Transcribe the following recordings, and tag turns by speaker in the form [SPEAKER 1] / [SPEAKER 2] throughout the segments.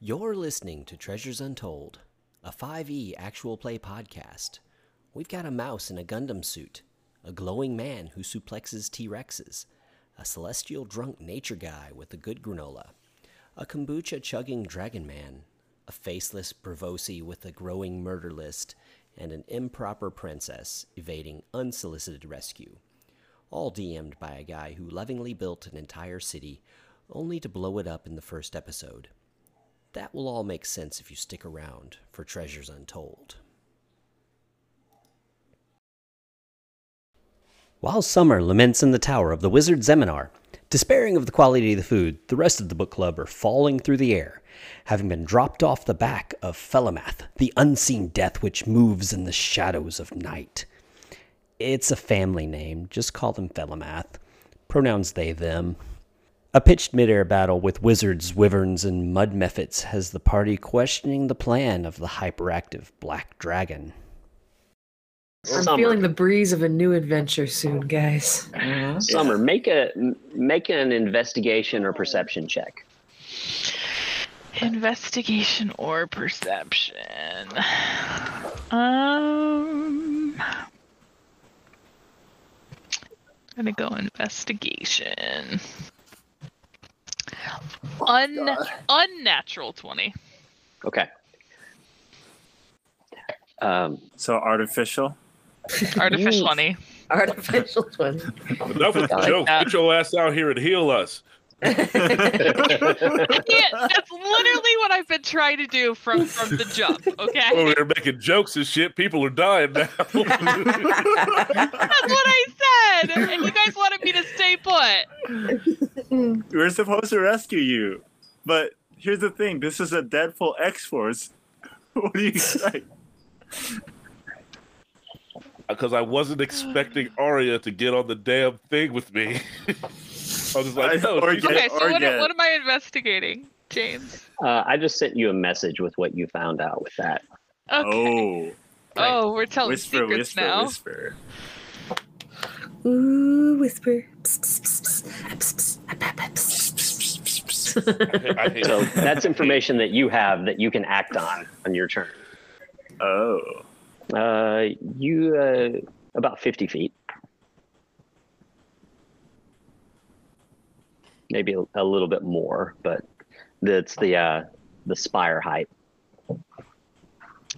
[SPEAKER 1] You're listening to Treasures Untold, a 5e actual play podcast. We've got a mouse in a Gundam suit, a glowing man who suplexes T Rexes, a celestial drunk nature guy with a good granola, a kombucha chugging dragon man, a faceless Bravosi with a growing murder list, and an improper princess evading unsolicited rescue. All DM'd by a guy who lovingly built an entire city only to blow it up in the first episode. That will all make sense if you stick around for Treasures Untold. While Summer laments in the tower of the wizard Zeminar, despairing of the quality of the food, the rest of the book club are falling through the air, having been dropped off the back of Felamath, the unseen death which moves in the shadows of night. It's a family name, just call them Felamath. Pronouns they, them. A pitched midair battle with wizards, wyverns, and mud mephits has the party questioning the plan of the hyperactive black dragon.
[SPEAKER 2] I'm
[SPEAKER 3] Summer.
[SPEAKER 2] feeling the breeze of a new adventure soon, guys.
[SPEAKER 3] Summer, make a m- make an investigation or perception check.
[SPEAKER 4] Investigation or perception. Um gonna go investigation. Un- unnatural 20.
[SPEAKER 3] Okay. Um,
[SPEAKER 5] So artificial.
[SPEAKER 4] Artificial 20.
[SPEAKER 2] Artificial twin.
[SPEAKER 6] Enough with the
[SPEAKER 3] Like
[SPEAKER 6] jokes.
[SPEAKER 4] that.
[SPEAKER 6] Get your ass out here and heal us.
[SPEAKER 4] I can't- that's literally what I've been trying to do from, from the jump,
[SPEAKER 6] Over
[SPEAKER 4] okay?
[SPEAKER 6] here making jokes and shit. People are dying now.
[SPEAKER 4] That's what I said! And you guys wanted me to stay put.
[SPEAKER 5] We're supposed to rescue you, but here's the thing: this is a Deadpool X Force. What do you expect?
[SPEAKER 6] Because I wasn't expecting Arya to get on the damn thing with me. I was like, no,
[SPEAKER 5] Or
[SPEAKER 6] she's-
[SPEAKER 5] get-
[SPEAKER 4] Okay, so what,
[SPEAKER 5] Orga.
[SPEAKER 4] what am I investigating, James?
[SPEAKER 3] uh, I just sent you a message with what you found out with that.
[SPEAKER 4] Okay. Oh, we're
[SPEAKER 5] Oh,
[SPEAKER 4] telling
[SPEAKER 5] whisper,
[SPEAKER 4] secrets
[SPEAKER 5] whisper,
[SPEAKER 4] now.
[SPEAKER 5] whisper.
[SPEAKER 2] Ooh, whisper. Psst, psst, psst, psst, psst, psst, psst, psst, psst, psst.
[SPEAKER 6] I hate
[SPEAKER 3] So
[SPEAKER 6] it.
[SPEAKER 3] that's information that you have that you can act on on your turn.
[SPEAKER 5] Oh,
[SPEAKER 3] Uh, you uh, about fifty feet, maybe a, a little bit more, but that's the uh, the spire height.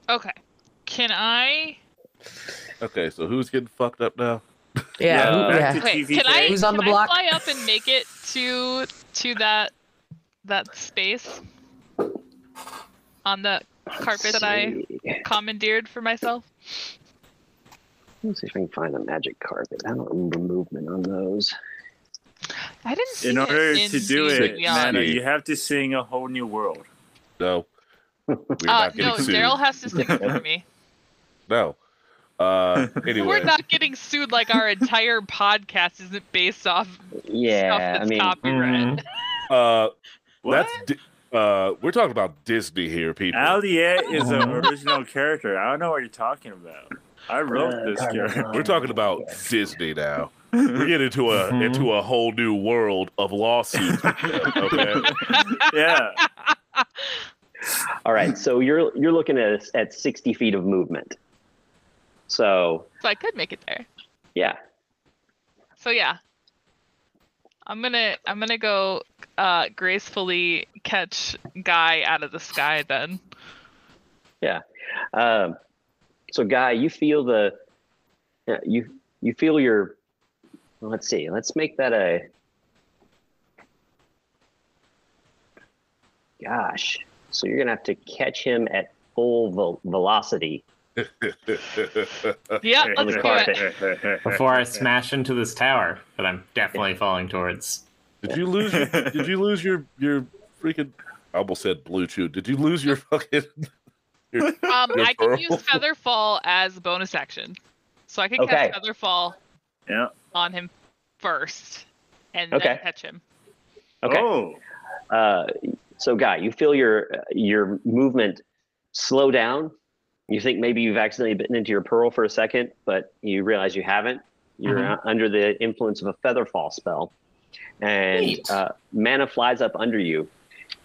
[SPEAKER 4] Okay. Can I?
[SPEAKER 6] Okay, so who's getting fucked up now?
[SPEAKER 2] Yeah,
[SPEAKER 3] Uh,
[SPEAKER 2] yeah.
[SPEAKER 5] Back to
[SPEAKER 4] Wait.
[SPEAKER 5] TV
[SPEAKER 4] Can I?
[SPEAKER 5] thing.
[SPEAKER 2] Who's on
[SPEAKER 4] can
[SPEAKER 2] the block?
[SPEAKER 4] I fly up and make it to to that that space on the carpet that I
[SPEAKER 3] I.
[SPEAKER 4] commandeered for myself?
[SPEAKER 3] Let's see if I can find a magic carpet. I don't remember movement on those.
[SPEAKER 4] I didn't. See
[SPEAKER 5] in
[SPEAKER 4] it
[SPEAKER 5] order
[SPEAKER 4] in Uh,
[SPEAKER 5] to do
[SPEAKER 4] Season
[SPEAKER 5] it,
[SPEAKER 4] Beyond.
[SPEAKER 5] Nana, you have to sing a whole new world.
[SPEAKER 6] No. We're
[SPEAKER 4] Uh,
[SPEAKER 6] not getting
[SPEAKER 4] no,
[SPEAKER 6] sued.
[SPEAKER 4] Daryl has to sing it for me.
[SPEAKER 6] No. Uh, anyway.
[SPEAKER 4] We're not getting sued like our entire podcast isn't based off stuff
[SPEAKER 3] Yeah,
[SPEAKER 4] that's
[SPEAKER 3] I mean,
[SPEAKER 4] copyright.
[SPEAKER 6] uh,
[SPEAKER 5] What?
[SPEAKER 6] That's Di- uh, we're talking about Disney here, people.
[SPEAKER 5] Aliette is an original character. I don't know what you're talking about. I wrote
[SPEAKER 3] Uh,
[SPEAKER 5] this
[SPEAKER 3] Carmen,
[SPEAKER 5] character.
[SPEAKER 6] We're talking about Disney now. We're getting into a
[SPEAKER 5] Mhm.
[SPEAKER 6] into a whole new world of lawsuits. okay.
[SPEAKER 5] yeah.
[SPEAKER 3] all right. So you're you're looking at at sixty feet of movement. So
[SPEAKER 4] So I could make it there.
[SPEAKER 3] yeah,
[SPEAKER 4] So yeah. I'm gonna I'm gonna go uh gracefully catch Guy out of the sky then.
[SPEAKER 3] um, so guy, you feel the yeah, you you feel your. Let's see. Let's make that a. Gosh, so you're gonna have to catch him at full vel- velocity.
[SPEAKER 4] Yeah, let's do
[SPEAKER 3] carpet.
[SPEAKER 4] it.
[SPEAKER 7] before I smash into this tower that I'm definitely falling towards.
[SPEAKER 6] Did you lose? Your, did you lose your your freaking? I almost said blue chew. Did you lose your fucking?
[SPEAKER 4] Um
[SPEAKER 6] You're
[SPEAKER 4] I can use
[SPEAKER 6] terrible.
[SPEAKER 4] Feather Fall as a bonus action. So I can
[SPEAKER 3] Okay.
[SPEAKER 4] catch Feather Fall
[SPEAKER 5] Yeah.
[SPEAKER 4] on him first and
[SPEAKER 3] Okay.
[SPEAKER 4] then catch him.
[SPEAKER 3] Okay.
[SPEAKER 5] Oh.
[SPEAKER 3] Uh, so guy you feel your your movement slow down you think maybe you've accidentally bitten into your pearl for a second but you realize you haven't you're uh under the influence of a feather fall spell and
[SPEAKER 7] Neat.
[SPEAKER 3] uh, mana flies up under you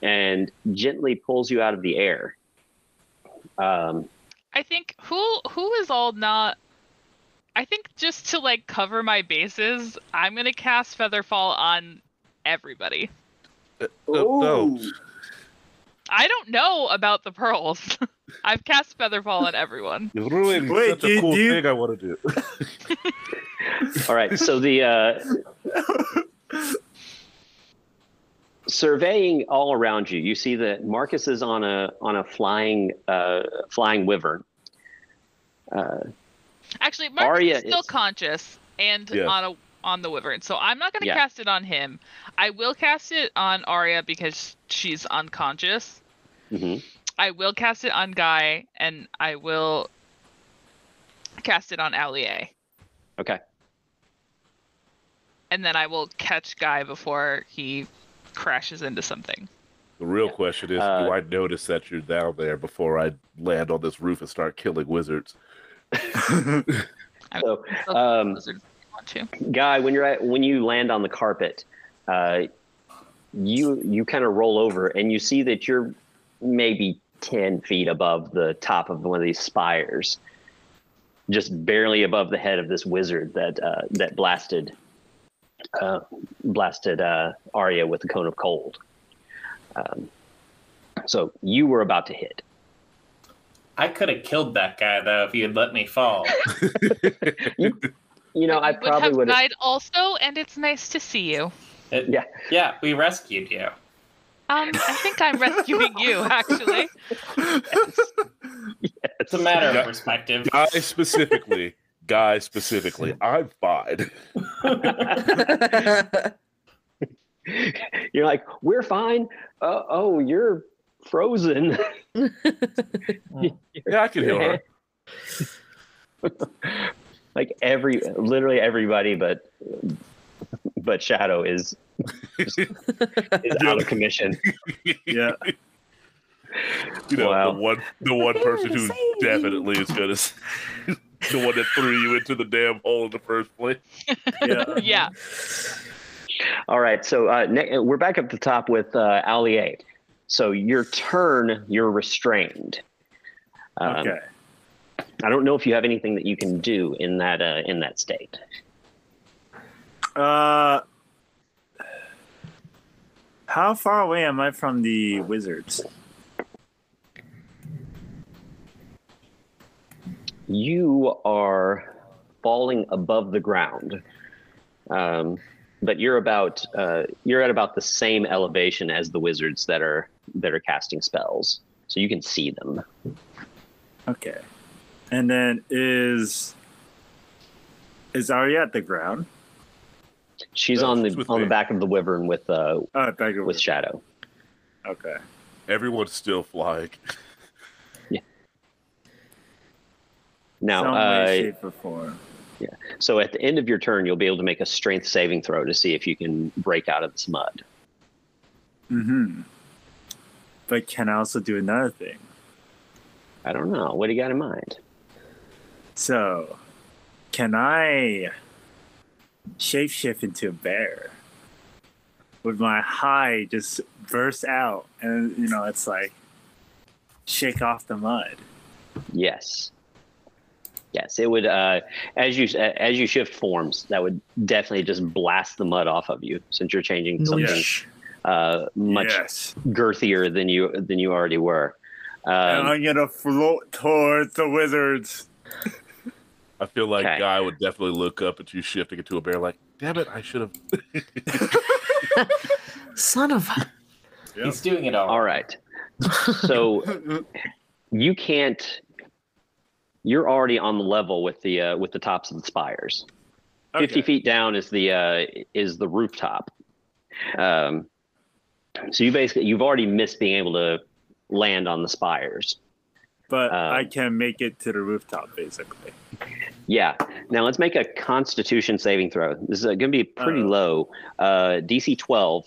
[SPEAKER 3] and gently pulls you out of the air. Um,
[SPEAKER 4] I think who who is all not. I think just to like cover my bases, I'm gonna cast Featherfall on everybody.
[SPEAKER 6] No, no.
[SPEAKER 5] Ooh.
[SPEAKER 4] I don't know about the pearls. I've cast Featherfall on everyone.
[SPEAKER 6] You ruined
[SPEAKER 5] Wait,
[SPEAKER 6] such a
[SPEAKER 5] you-
[SPEAKER 6] cool
[SPEAKER 5] you-
[SPEAKER 6] thing I want to do.
[SPEAKER 3] all right, so the uh, surveying all around you, you see that Marcus is on a on a flying uh, flying wyvern. Uh,
[SPEAKER 4] Actually, Marcus
[SPEAKER 3] Arya
[SPEAKER 4] is still
[SPEAKER 3] is-
[SPEAKER 4] conscious and
[SPEAKER 6] Yeah.
[SPEAKER 4] on a on the wyvern, so I'm not gonna
[SPEAKER 3] Yeah.
[SPEAKER 4] cast it on him. I will cast it on Arya because she's unconscious.
[SPEAKER 3] mhm.
[SPEAKER 4] I will cast it on Guy, and I will cast it on Allier.
[SPEAKER 3] Okay.
[SPEAKER 4] And then I will catch Guy before he crashes into something.
[SPEAKER 6] The real question is,
[SPEAKER 3] Uh,
[SPEAKER 6] do I notice that you're down there before I land on this roof and start killing wizards?
[SPEAKER 3] So,
[SPEAKER 4] That's
[SPEAKER 3] um,
[SPEAKER 4] Blizzard want to.
[SPEAKER 3] guy, when you're at, when you land on the carpet, uh, you you kind of roll over and you see that you're maybe ten feet above the top of one of these spires, just barely above the head of this wizard that uh, that blasted uh, blasted uh, Arya with the cone of cold. Um, so you were about to hit.
[SPEAKER 7] I could have killed that guy though if he had let me fall.
[SPEAKER 3] You know,
[SPEAKER 4] But
[SPEAKER 3] I
[SPEAKER 4] you
[SPEAKER 3] probably
[SPEAKER 4] would
[SPEAKER 3] would.
[SPEAKER 4] have died also, and it's nice to see you.
[SPEAKER 7] It-
[SPEAKER 3] Yeah.
[SPEAKER 7] yeah, we rescued you.
[SPEAKER 4] Um, I think I'm rescuing you, actually.
[SPEAKER 7] It's a matter
[SPEAKER 6] Yeah.
[SPEAKER 7] of perspective.
[SPEAKER 6] Guy specifically, guy specifically, I'm fine.
[SPEAKER 3] You're like, we're fine. Uh, oh, you're frozen.
[SPEAKER 6] Yeah, I can heal her.
[SPEAKER 3] like every literally everybody but but shadow is is out of commission
[SPEAKER 5] yeah.
[SPEAKER 6] You know,
[SPEAKER 3] Wow.
[SPEAKER 6] the one the one person who definitely is gonna s- the one that threw you into the damn hole in the first place.
[SPEAKER 5] Yeah.
[SPEAKER 4] Yeah.
[SPEAKER 3] all right so uh ne- we're back up to top with uh allier so your turn you're restrained um,
[SPEAKER 5] Okay.
[SPEAKER 3] i don't know if you have anything that you can do in that uh in that state
[SPEAKER 5] Uh, how far away am I from the wizards?
[SPEAKER 3] you are falling above the ground um but you're about uh, you're at about the same elevation as the wizards that are that are casting spells, so you can see them.
[SPEAKER 5] Okay. And then is is Arya at the ground?
[SPEAKER 3] She's
[SPEAKER 6] No,
[SPEAKER 3] on
[SPEAKER 6] she's
[SPEAKER 3] the
[SPEAKER 6] with
[SPEAKER 3] on
[SPEAKER 6] me.
[SPEAKER 3] the back of the wyvern with uh
[SPEAKER 5] Oh, back
[SPEAKER 3] with Shadow.
[SPEAKER 5] Okay.
[SPEAKER 6] Everyone's still flying.
[SPEAKER 3] Now,
[SPEAKER 5] Some way,
[SPEAKER 3] uh,
[SPEAKER 5] shape, or form.
[SPEAKER 3] so at the end of your turn, you'll be able to make a strength saving throw to see if you can break out of this mud.
[SPEAKER 5] Mm-hmm. But can I also do another thing?
[SPEAKER 3] I don't know. What do you got in mind?
[SPEAKER 5] So, can I shapeshift into a bear? With my hide just burst out, and you know it's like shake off the mud.
[SPEAKER 3] Yes. Yes, it would. Uh, as you as you shift forms, that would definitely just blast the mud off of you, since you're changing something
[SPEAKER 5] Yes.
[SPEAKER 3] uh, much
[SPEAKER 5] Yes.
[SPEAKER 3] girthier than you than you already were.
[SPEAKER 5] and
[SPEAKER 3] Um,
[SPEAKER 5] I'm gonna float towards the wizards.
[SPEAKER 6] I feel like
[SPEAKER 3] Okay.
[SPEAKER 6] Guy would definitely look up at you shifting into a bear like, damn it, I should have
[SPEAKER 2] Son of a.
[SPEAKER 7] He's doing it all.
[SPEAKER 3] all right, so you can't you're already on the level with the uh, with the tops of the spires 50 feet down is the uh, is the rooftop um, so you basically you've already missed being able to land on the spires
[SPEAKER 5] But
[SPEAKER 3] Um,
[SPEAKER 5] I can make it to the rooftop, basically.
[SPEAKER 3] yeah now let's make a constitution saving throw this is going to be pretty
[SPEAKER 5] Oh.
[SPEAKER 3] low uh, dc 12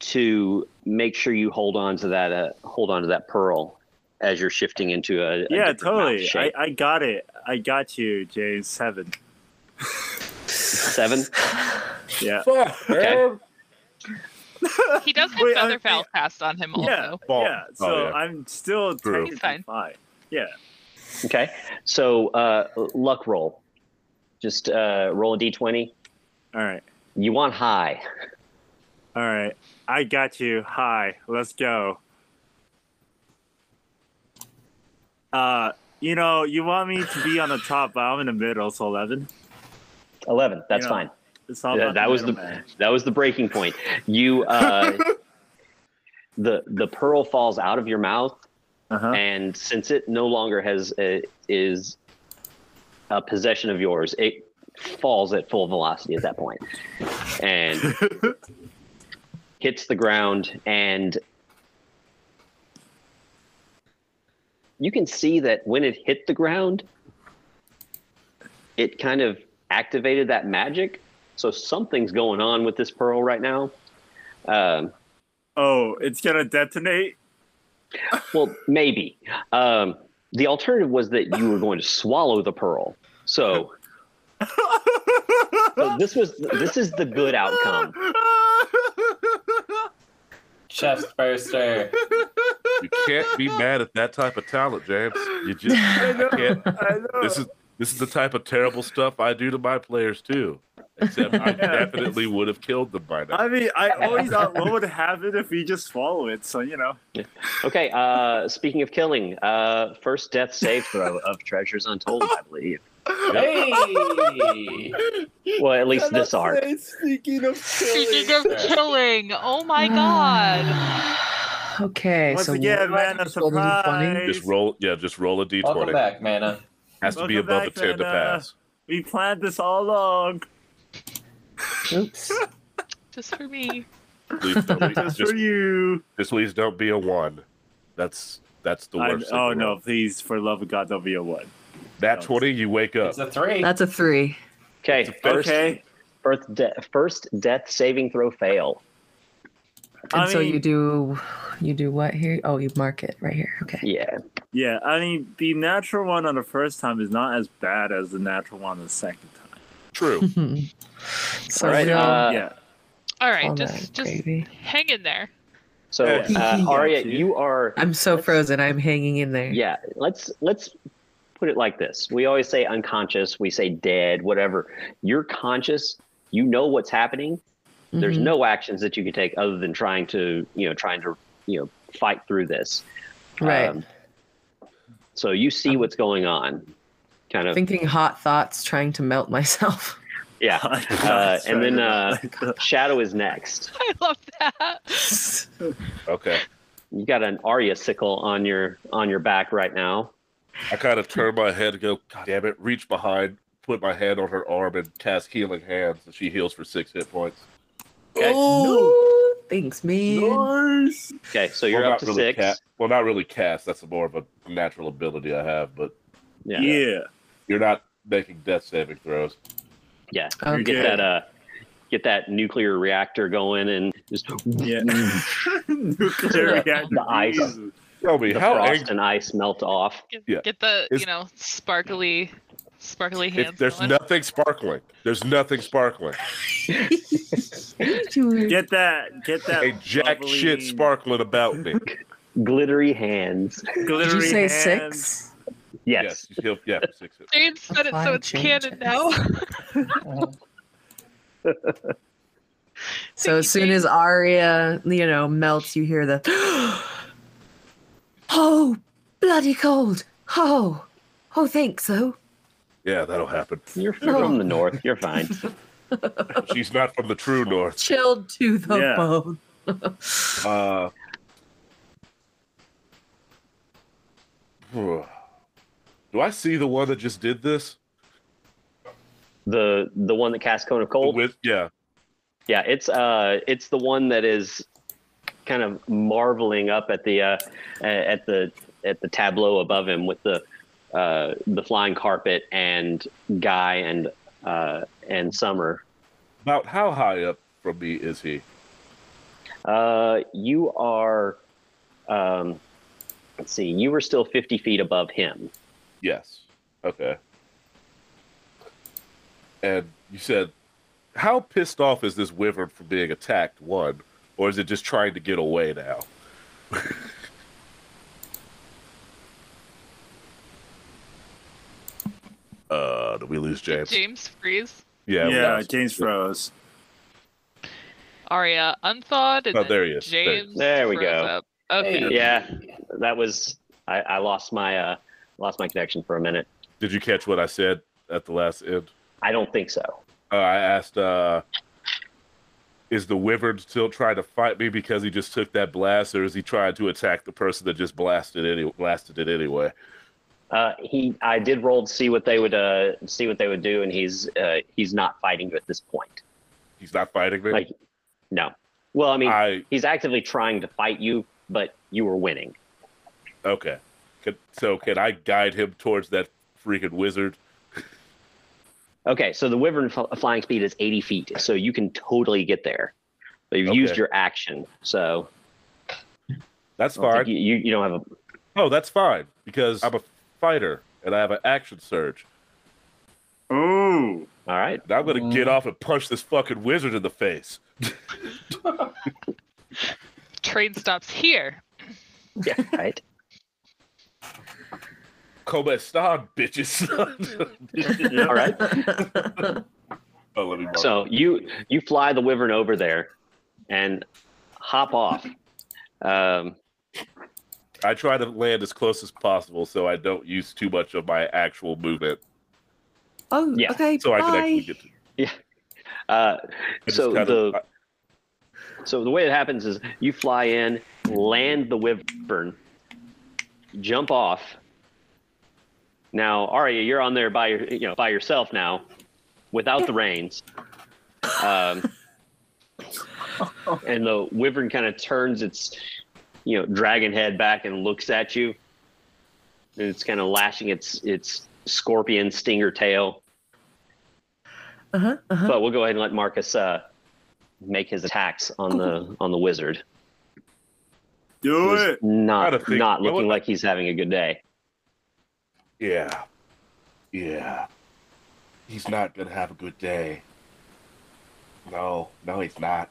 [SPEAKER 3] to make sure you hold on to that uh, hold on to that pearl as you're shifting into a, a different
[SPEAKER 5] yeah,
[SPEAKER 3] mouth
[SPEAKER 5] totally. I,
[SPEAKER 3] shape.
[SPEAKER 5] I got it. I got you, James. Seven.
[SPEAKER 3] seven
[SPEAKER 5] Yeah.
[SPEAKER 6] Fuck,
[SPEAKER 3] Okay.
[SPEAKER 6] man.
[SPEAKER 4] He does have
[SPEAKER 5] Wait, I-
[SPEAKER 4] featherfowl cast on him also.
[SPEAKER 5] yeah,
[SPEAKER 6] Ball.
[SPEAKER 5] yeah. So
[SPEAKER 6] Oh, yeah.
[SPEAKER 5] I'm still
[SPEAKER 6] True.
[SPEAKER 5] technically
[SPEAKER 4] He's fine.
[SPEAKER 5] fine. Yeah.
[SPEAKER 3] Okay. So uh, luck roll. Just uh, roll a d20.
[SPEAKER 5] All right.
[SPEAKER 3] You want high.
[SPEAKER 5] All right. I got you. Hi. Let's go. Uh, you know, you want me to be on the top, but I'm in the middle, so 11.
[SPEAKER 3] 11. That's
[SPEAKER 5] Yeah.
[SPEAKER 3] fine.
[SPEAKER 5] It's all
[SPEAKER 3] Yeah,
[SPEAKER 5] about
[SPEAKER 3] that was the
[SPEAKER 5] middleman.
[SPEAKER 3] that was the breaking point. You uh, the the pearl falls out of your mouth
[SPEAKER 5] Uh-huh.
[SPEAKER 3] and since it no longer has uh, is a possession of yours, it falls at full velocity at that point and hits the ground. And you can see that when it hit the ground, it kind of activated that magic. So something's going on with this pearl right now. Um,
[SPEAKER 5] Oh, it's gonna detonate.
[SPEAKER 3] well, maybe. Um, the alternative was that you were going to swallow the pearl. So, so this was this is the good outcome.
[SPEAKER 7] Chest burster.
[SPEAKER 6] You can't be mad at that type of talent, James. You just I can't.
[SPEAKER 5] I know.
[SPEAKER 6] This is this is the type of terrible stuff I do to my players too. Except I definitely would have killed them by now.
[SPEAKER 5] I mean, I always thought what would happen if we just follow it. So you know,
[SPEAKER 3] Okay. Uh, speaking of killing, uh, first death save throw of Treasures Untold, I believe.
[SPEAKER 7] Hey!
[SPEAKER 3] Well, at least this arc.
[SPEAKER 5] Speaking of
[SPEAKER 4] Speaking of killing, oh my god.
[SPEAKER 2] Okay,
[SPEAKER 5] once
[SPEAKER 2] so
[SPEAKER 5] again,
[SPEAKER 2] what?
[SPEAKER 5] man, a
[SPEAKER 2] Roll the D20.
[SPEAKER 5] surprise.
[SPEAKER 6] Just roll, yeah, just roll a d
[SPEAKER 7] Welcome
[SPEAKER 6] twenty.
[SPEAKER 7] back, Mana.
[SPEAKER 6] Has to be
[SPEAKER 5] Welcome
[SPEAKER 6] above a
[SPEAKER 5] back,
[SPEAKER 6] ten to
[SPEAKER 5] Vanna.
[SPEAKER 6] pass.
[SPEAKER 5] We planned this all along.
[SPEAKER 2] Oops.
[SPEAKER 4] Just for me.
[SPEAKER 6] Please don't,
[SPEAKER 5] Just
[SPEAKER 6] just,
[SPEAKER 5] for you.
[SPEAKER 6] just please don't be a one. That's that's the
[SPEAKER 5] I,
[SPEAKER 6] worst. thing
[SPEAKER 5] oh
[SPEAKER 6] in the
[SPEAKER 5] no,
[SPEAKER 6] world.
[SPEAKER 5] please, for love of God, don't be a one.
[SPEAKER 6] That twenty, you wake up.
[SPEAKER 7] It's a three.
[SPEAKER 2] That's a three.
[SPEAKER 3] Okay. First,
[SPEAKER 5] okay.
[SPEAKER 3] first, de- first death saving throw fail.
[SPEAKER 2] And
[SPEAKER 5] I
[SPEAKER 2] so
[SPEAKER 5] mean-
[SPEAKER 2] you do you do what here? Oh, you mark it right here. Okay.
[SPEAKER 3] Yeah.
[SPEAKER 5] Yeah, I mean, the natural one on the first time is not as bad as the natural one on the second time.
[SPEAKER 6] True.
[SPEAKER 2] Hmm. so
[SPEAKER 3] All right,
[SPEAKER 2] we'll-
[SPEAKER 3] uh,
[SPEAKER 5] yeah.
[SPEAKER 4] All right,
[SPEAKER 2] all
[SPEAKER 4] just
[SPEAKER 2] right,
[SPEAKER 4] just
[SPEAKER 2] baby.
[SPEAKER 4] hang in there.
[SPEAKER 3] So, uh, Arya, you are.
[SPEAKER 2] I'm so frozen. I'm hanging in there.
[SPEAKER 3] yeah let's let's put it like this we always say unconscious we say dead whatever you're conscious you know what's happening there's
[SPEAKER 2] Mhm.
[SPEAKER 3] no actions that you can take other than trying to you know trying to you know fight through this
[SPEAKER 2] right.
[SPEAKER 3] Um, so you see what's going on kind of
[SPEAKER 2] Thinking hot thoughts, trying to melt myself.
[SPEAKER 3] yeah uh, and then uh,
[SPEAKER 5] uh,
[SPEAKER 3] shadow is next
[SPEAKER 4] I love that.
[SPEAKER 6] Okay.
[SPEAKER 3] you got an Arya sickle on your on your back right now
[SPEAKER 6] I kind of turn my head and go, God damn it, reach behind, put my hand on her arm and cast healing hands, and she heals for six hit points.
[SPEAKER 3] Oh,
[SPEAKER 2] Ooh, thanks, man.
[SPEAKER 5] nice.
[SPEAKER 3] okay so you're up
[SPEAKER 6] Well, not
[SPEAKER 3] to
[SPEAKER 6] really
[SPEAKER 3] six
[SPEAKER 6] ca- well, not really cast. That's more of a natural ability I have, but
[SPEAKER 3] yeah
[SPEAKER 5] Yeah.
[SPEAKER 3] yeah,
[SPEAKER 6] you're not making death saving throws.
[SPEAKER 2] Okay.
[SPEAKER 3] get that uh get that nuclear reactor going and just
[SPEAKER 5] Yeah. Nuclear reactor.
[SPEAKER 3] The ice.
[SPEAKER 5] Jesus.
[SPEAKER 6] Tell me,
[SPEAKER 3] the
[SPEAKER 6] how
[SPEAKER 3] frost
[SPEAKER 6] angry.
[SPEAKER 3] and ice melt off.
[SPEAKER 4] Get,
[SPEAKER 6] Yeah.
[SPEAKER 4] get the
[SPEAKER 6] It's-
[SPEAKER 4] you know sparkly, sparkly hands.
[SPEAKER 6] If there's
[SPEAKER 4] going.
[SPEAKER 6] nothing sparkling. There's nothing sparkling.
[SPEAKER 5] Get that. Get that.
[SPEAKER 6] Ain't jack shit
[SPEAKER 5] bubbling,
[SPEAKER 6] sparkling about me.
[SPEAKER 3] Glittery hands.
[SPEAKER 2] Did you
[SPEAKER 5] glittery
[SPEAKER 2] say
[SPEAKER 5] hands.
[SPEAKER 2] six?
[SPEAKER 3] Yes.
[SPEAKER 6] you heal, yeah, for six hit.
[SPEAKER 4] Jane said it, so
[SPEAKER 2] Fine
[SPEAKER 4] it's canon
[SPEAKER 2] changes.
[SPEAKER 4] now.
[SPEAKER 2] So as soon as Arya, you know, melts, you hear the oh bloody cold. Oh, oh, thanks, though.
[SPEAKER 6] Yeah, that'll happen.
[SPEAKER 3] You're from the north. You're fine.
[SPEAKER 6] She's not from the true north.
[SPEAKER 2] Chilled to the
[SPEAKER 5] Yeah.
[SPEAKER 2] bone.
[SPEAKER 6] Uh, do I see the one that just did this?
[SPEAKER 3] The the one that cast cone of cold.
[SPEAKER 6] With yeah,
[SPEAKER 3] Yeah, it's uh it's the one that is kind of marveling up at the uh at the at the tableau above him with the uh the flying carpet and guy and uh and summer.
[SPEAKER 6] about how high up from me is he?
[SPEAKER 3] Uh you are um let's see, you were still fifty feet above him.
[SPEAKER 6] Yes. Okay. And you said, how pissed off is this wyvern for being attacked? One, Or is it just trying to get away now? uh, did we lose James?
[SPEAKER 4] James freeze.
[SPEAKER 6] Yeah, we
[SPEAKER 5] yeah,
[SPEAKER 6] lost-
[SPEAKER 5] James froze.
[SPEAKER 4] Aria unthawed. And
[SPEAKER 6] Oh,
[SPEAKER 4] then
[SPEAKER 6] there he is. There he is.
[SPEAKER 4] James.
[SPEAKER 3] There we
[SPEAKER 4] froze
[SPEAKER 3] go.
[SPEAKER 4] Up. Okay.
[SPEAKER 3] Yeah, that was I, I lost my uh lost my connection for a minute.
[SPEAKER 6] Did you catch what I said at the last end?
[SPEAKER 3] I don't think so.
[SPEAKER 6] Uh, I asked, uh, is the wyvern still trying to fight me because he just took that blast, or is he trying to attack the person that just blasted any blasted it anyway?
[SPEAKER 3] Uh, he I did roll to see what they would uh see what they would do, and he's uh he's not fighting you at this point.
[SPEAKER 6] He's not fighting me.
[SPEAKER 3] Like, no. Well, I mean,
[SPEAKER 6] I
[SPEAKER 3] he's actively trying to fight you, but you were winning.
[SPEAKER 6] okay. Could, so can I guide him towards that freaking wizard?
[SPEAKER 3] Okay, so the wyvern fl- flying speed is 80 feet, so you can totally get there. But you've used
[SPEAKER 6] Okay.
[SPEAKER 3] your action, so
[SPEAKER 6] That's
[SPEAKER 3] I don't think
[SPEAKER 6] fine.
[SPEAKER 3] you, you you don't have a
[SPEAKER 6] Oh, that's fine because I'm a fighter and I have an action surge.
[SPEAKER 5] Ooh.
[SPEAKER 3] all right.
[SPEAKER 6] And I'm gonna get
[SPEAKER 3] Mm.
[SPEAKER 6] off and punch this fucking wizard in the face.
[SPEAKER 4] Train stops here.
[SPEAKER 3] Yeah, right.
[SPEAKER 6] Komestan, bitches.
[SPEAKER 3] all right.
[SPEAKER 6] oh, let me mark.
[SPEAKER 3] So you you fly the wyvern over there, and hop off. Um,
[SPEAKER 6] I try to land as close as possible so I don't use too much of my actual movement,
[SPEAKER 2] Oh,
[SPEAKER 3] Yeah,
[SPEAKER 2] okay.
[SPEAKER 6] so I can
[SPEAKER 2] bye.
[SPEAKER 6] actually get.
[SPEAKER 3] uh,
[SPEAKER 6] To, I just
[SPEAKER 3] So
[SPEAKER 6] kinda-
[SPEAKER 3] the- So the way it happens is you fly in, land the wyvern, jump off. Now, Arya, you're on there by your, you know, by yourself now, without the reins. Um, and the wyvern kind of turns its, you know, dragon head back and looks at you. And it's kind of lashing its its scorpion stinger tail.
[SPEAKER 2] Uh-huh, uh-huh.
[SPEAKER 3] But we'll go ahead and let Marcus uh, make his attacks on the on the wizard.
[SPEAKER 5] Do
[SPEAKER 3] Who's
[SPEAKER 5] it.
[SPEAKER 3] Not
[SPEAKER 6] Gotta think-
[SPEAKER 3] not
[SPEAKER 6] you know
[SPEAKER 3] looking
[SPEAKER 6] what?
[SPEAKER 3] like he's having a good day.
[SPEAKER 6] yeah, yeah, he's not gonna have a good day. No, no, he's not.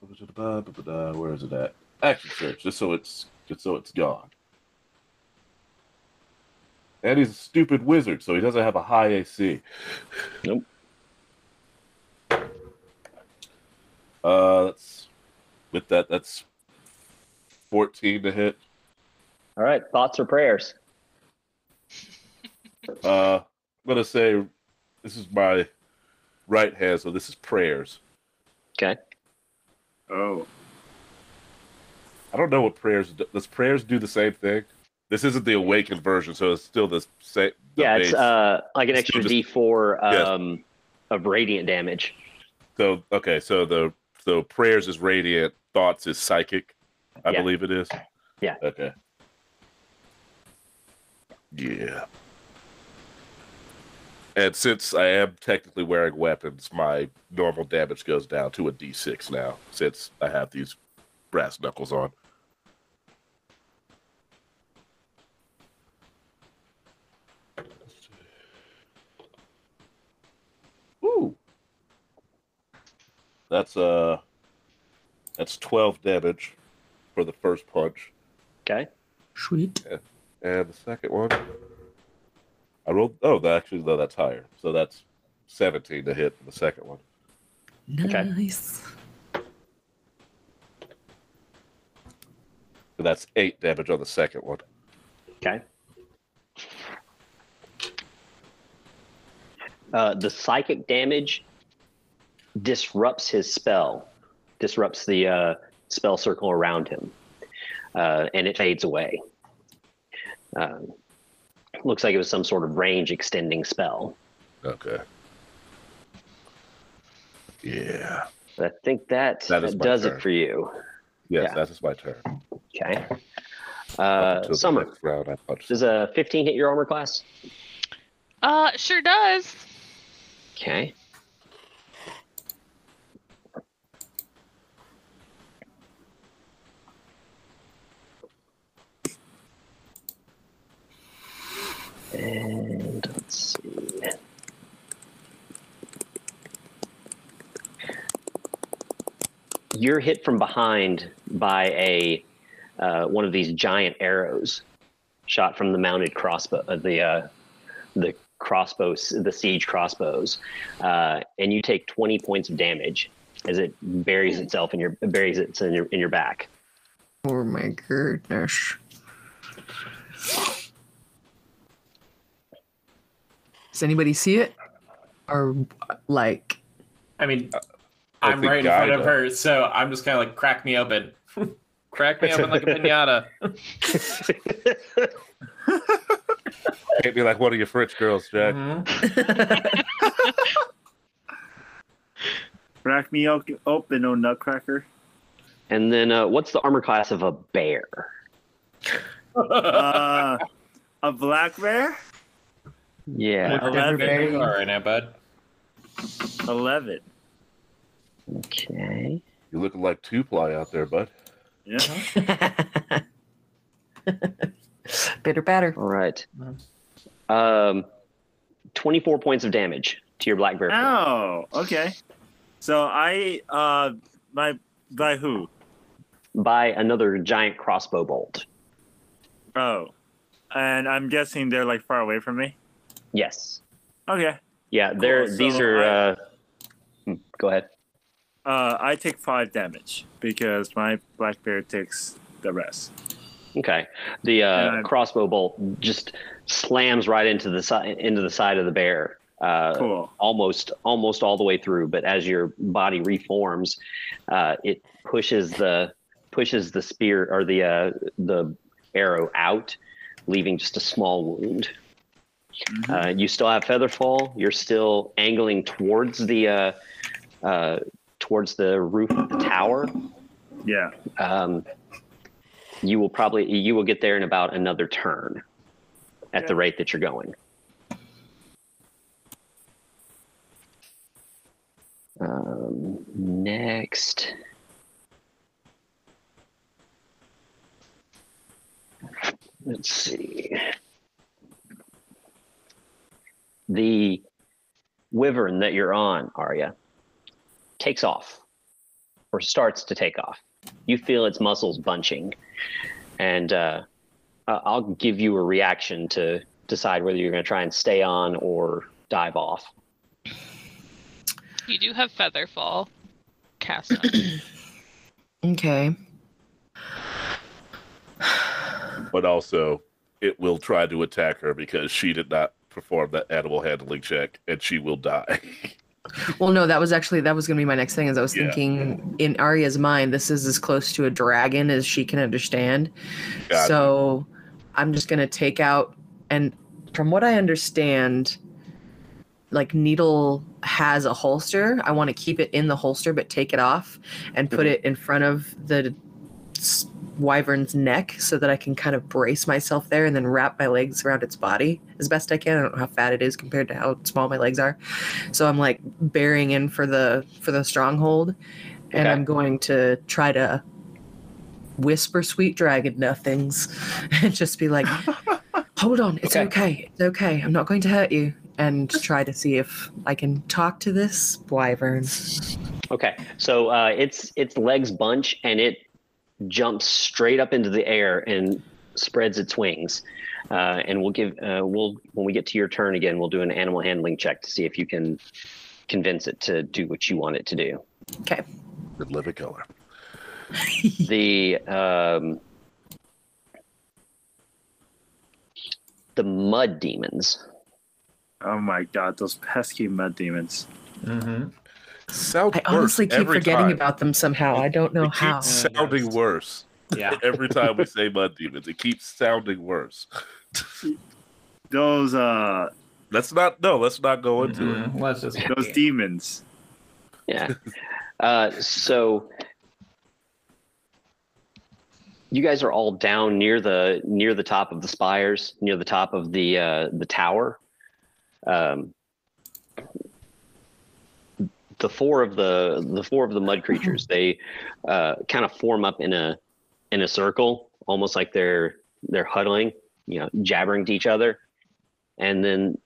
[SPEAKER 6] Where is it at? Action search, just so it's just so it's gone. And he's a stupid wizard, so he doesn't have a high AC.
[SPEAKER 3] Nope.
[SPEAKER 6] Uh, that's with that. That's fourteen to hit.
[SPEAKER 3] All right, thoughts or prayers?
[SPEAKER 6] Uh, I'm gonna say this is my right hand, so this is prayers.
[SPEAKER 3] Okay.
[SPEAKER 5] Oh.
[SPEAKER 6] I don't know what prayers do. does. Prayers do the same thing. This isn't the awakened version, so it's still the same. the
[SPEAKER 3] Yeah, it's
[SPEAKER 6] base.
[SPEAKER 3] uh like an
[SPEAKER 6] It's
[SPEAKER 3] extra
[SPEAKER 6] just-
[SPEAKER 3] D four
[SPEAKER 6] Yes.
[SPEAKER 3] um of radiant damage.
[SPEAKER 6] so okay. So the so prayers is radiant, thoughts is psychic. I
[SPEAKER 3] Yeah.
[SPEAKER 6] believe it is.
[SPEAKER 3] Yeah.
[SPEAKER 6] Okay. Yeah. And since I am technically wearing weapons, my normal damage goes down to a d6 now, since I have these brass knuckles on. Ooh. That's uh that's 12 damage for the first punch.
[SPEAKER 3] Okay.
[SPEAKER 2] Sweet.
[SPEAKER 6] And the second one, I rolled. Oh, that actually, no, that's higher. So that's 17 to hit for the second one.
[SPEAKER 3] Okay.
[SPEAKER 2] Nice.
[SPEAKER 6] So that's eight damage on the second one.
[SPEAKER 3] Okay. Uh, the psychic damage disrupts his spell, disrupts the uh, spell circle around him, uh, and it fades away. Um, looks like it was some sort of range extending spell.
[SPEAKER 6] Okay. Yeah.
[SPEAKER 3] But I think that,
[SPEAKER 6] That is
[SPEAKER 3] that
[SPEAKER 6] my
[SPEAKER 3] does
[SPEAKER 6] turn.
[SPEAKER 3] it for you.
[SPEAKER 6] Yes,
[SPEAKER 3] Yeah.
[SPEAKER 6] that is my turn. Up
[SPEAKER 3] Okay.
[SPEAKER 6] until
[SPEAKER 3] Uh,
[SPEAKER 6] the
[SPEAKER 3] Summer,
[SPEAKER 6] next round, I punch.
[SPEAKER 3] does a 15 hit your armor class?
[SPEAKER 4] Uh, sure does.
[SPEAKER 3] Okay. And let's see. you're hit from behind by a uh, one of these giant arrows shot from the mounted crossbow, uh, the uh, the crossbows, the siege crossbows, uh, and you take twenty points of damage as it buries itself in your buries it in your in your back.
[SPEAKER 2] Oh my goodness. Does anybody see it? Or like
[SPEAKER 7] I mean,
[SPEAKER 6] Uh, I
[SPEAKER 7] I'm
[SPEAKER 6] think
[SPEAKER 7] right in
[SPEAKER 6] I
[SPEAKER 7] front of
[SPEAKER 6] do.
[SPEAKER 7] her, so I'm just kind of like, crack me open. crack me open like a pinata.
[SPEAKER 6] Can't be like one of your French girls, Jack.
[SPEAKER 3] Mm-hmm.
[SPEAKER 7] Mhm.
[SPEAKER 5] Crack me o- open, oh nutcracker.
[SPEAKER 3] And then, uh, what's the armor class of a bear?
[SPEAKER 5] Uh, a black bear?
[SPEAKER 3] Yeah.
[SPEAKER 7] Eleven.
[SPEAKER 2] Everybody.
[SPEAKER 7] All right now, bud.
[SPEAKER 5] 11.
[SPEAKER 3] Okay.
[SPEAKER 6] You're looking like two ply out there, bud.
[SPEAKER 5] Yeah.
[SPEAKER 6] Uh-huh.
[SPEAKER 2] bitter batter.
[SPEAKER 3] All right. Um, twenty-four points of damage to your black bear. friend.
[SPEAKER 5] Oh, okay. So I, uh, by, by who?
[SPEAKER 3] by another giant crossbow bolt.
[SPEAKER 5] Oh. And I'm guessing they're like far away from me.
[SPEAKER 3] Yes.
[SPEAKER 5] Okay.
[SPEAKER 3] Yeah, they're
[SPEAKER 5] Cool,
[SPEAKER 3] these
[SPEAKER 5] so
[SPEAKER 3] are
[SPEAKER 5] I-
[SPEAKER 3] uh hmm, go ahead.
[SPEAKER 5] Uh, I take five damage because my black bear takes the rest.
[SPEAKER 3] Okay. The uh,
[SPEAKER 5] And I-
[SPEAKER 3] crossbow bolt just slams right into the side into the side of the bear. Uh,
[SPEAKER 5] Cool.
[SPEAKER 3] almost almost all the way through, but as your body reforms, uh, it pushes the pushes the spear or the uh, the arrow out, leaving just a small wound.
[SPEAKER 5] Mm-hmm.
[SPEAKER 3] Uh, you still have featherfall. You're still angling towards the uh, uh, towards the roof of the tower.
[SPEAKER 5] Yeah.
[SPEAKER 3] Um, you will probably you will get there in about another turn, at the
[SPEAKER 5] Yeah.
[SPEAKER 3] rate that you're going. Um, next. Let's see. The wyvern that you're on, Arya, takes off or starts to take off. You feel its muscles bunching, and uh, I- I'll give you a reaction to decide whether you're going to try and stay on or dive off.
[SPEAKER 4] You do have Featherfall. Cast on.
[SPEAKER 2] Okay.
[SPEAKER 6] But also, it will try to attack her because she did not perform that animal handling check, and she will die.
[SPEAKER 2] Well, no, that was actually that was gonna be my next thing. Is I was
[SPEAKER 6] Yeah.
[SPEAKER 2] thinking in Arya's mind, this is as close to a dragon as she can understand.
[SPEAKER 6] Got
[SPEAKER 2] so I'm just gonna take out and from what I understand, like needle has a holster. I want to keep it in the holster, but take it off and put it in front of the s- wyvern's neck so that I can kind of brace myself there and then wrap my legs around its body as best I can. I don't know how fat it is compared to how small my legs are. So I'm like bearing in for the for the stronghold and
[SPEAKER 3] Okay.
[SPEAKER 2] I'm going to try to whisper sweet dragon nothings and just be like hold on it's
[SPEAKER 3] Okay.
[SPEAKER 2] okay. it's okay i'm not going to hurt you and try to see if i can talk to this wyvern
[SPEAKER 3] Okay, so uh, its its legs bunch and it jumps straight up into the air and spreads its wings. Uh, and we'll give uh, we'll when we get to your turn again, we'll do an animal handling check to see if you can convince it to do what you want it to do.
[SPEAKER 2] okay
[SPEAKER 6] it. Live in color.
[SPEAKER 3] the um, the mud demons.
[SPEAKER 5] Oh my god, those pesky mud demons.
[SPEAKER 7] Mhm.
[SPEAKER 6] Sound
[SPEAKER 2] i honestly
[SPEAKER 6] worse
[SPEAKER 2] keep
[SPEAKER 6] every
[SPEAKER 2] forgetting
[SPEAKER 6] time.
[SPEAKER 2] about them somehow i don't know
[SPEAKER 6] It
[SPEAKER 2] how
[SPEAKER 6] keeps sounding worse
[SPEAKER 7] Yeah.
[SPEAKER 6] every time we say mud demons. It keeps sounding worse.
[SPEAKER 5] Those uh
[SPEAKER 6] Let's not. No, let's not go into
[SPEAKER 7] Mhm. Let's just.
[SPEAKER 5] those demons.
[SPEAKER 3] Yeah. uh, so you guys are all down near the near the top of the spires, near the top of the uh, the tower. Um, the four of the the four of the mud creatures they uh, kind of form up in a in a circle, almost like they're they're huddling, you know, jabbering to each other, and then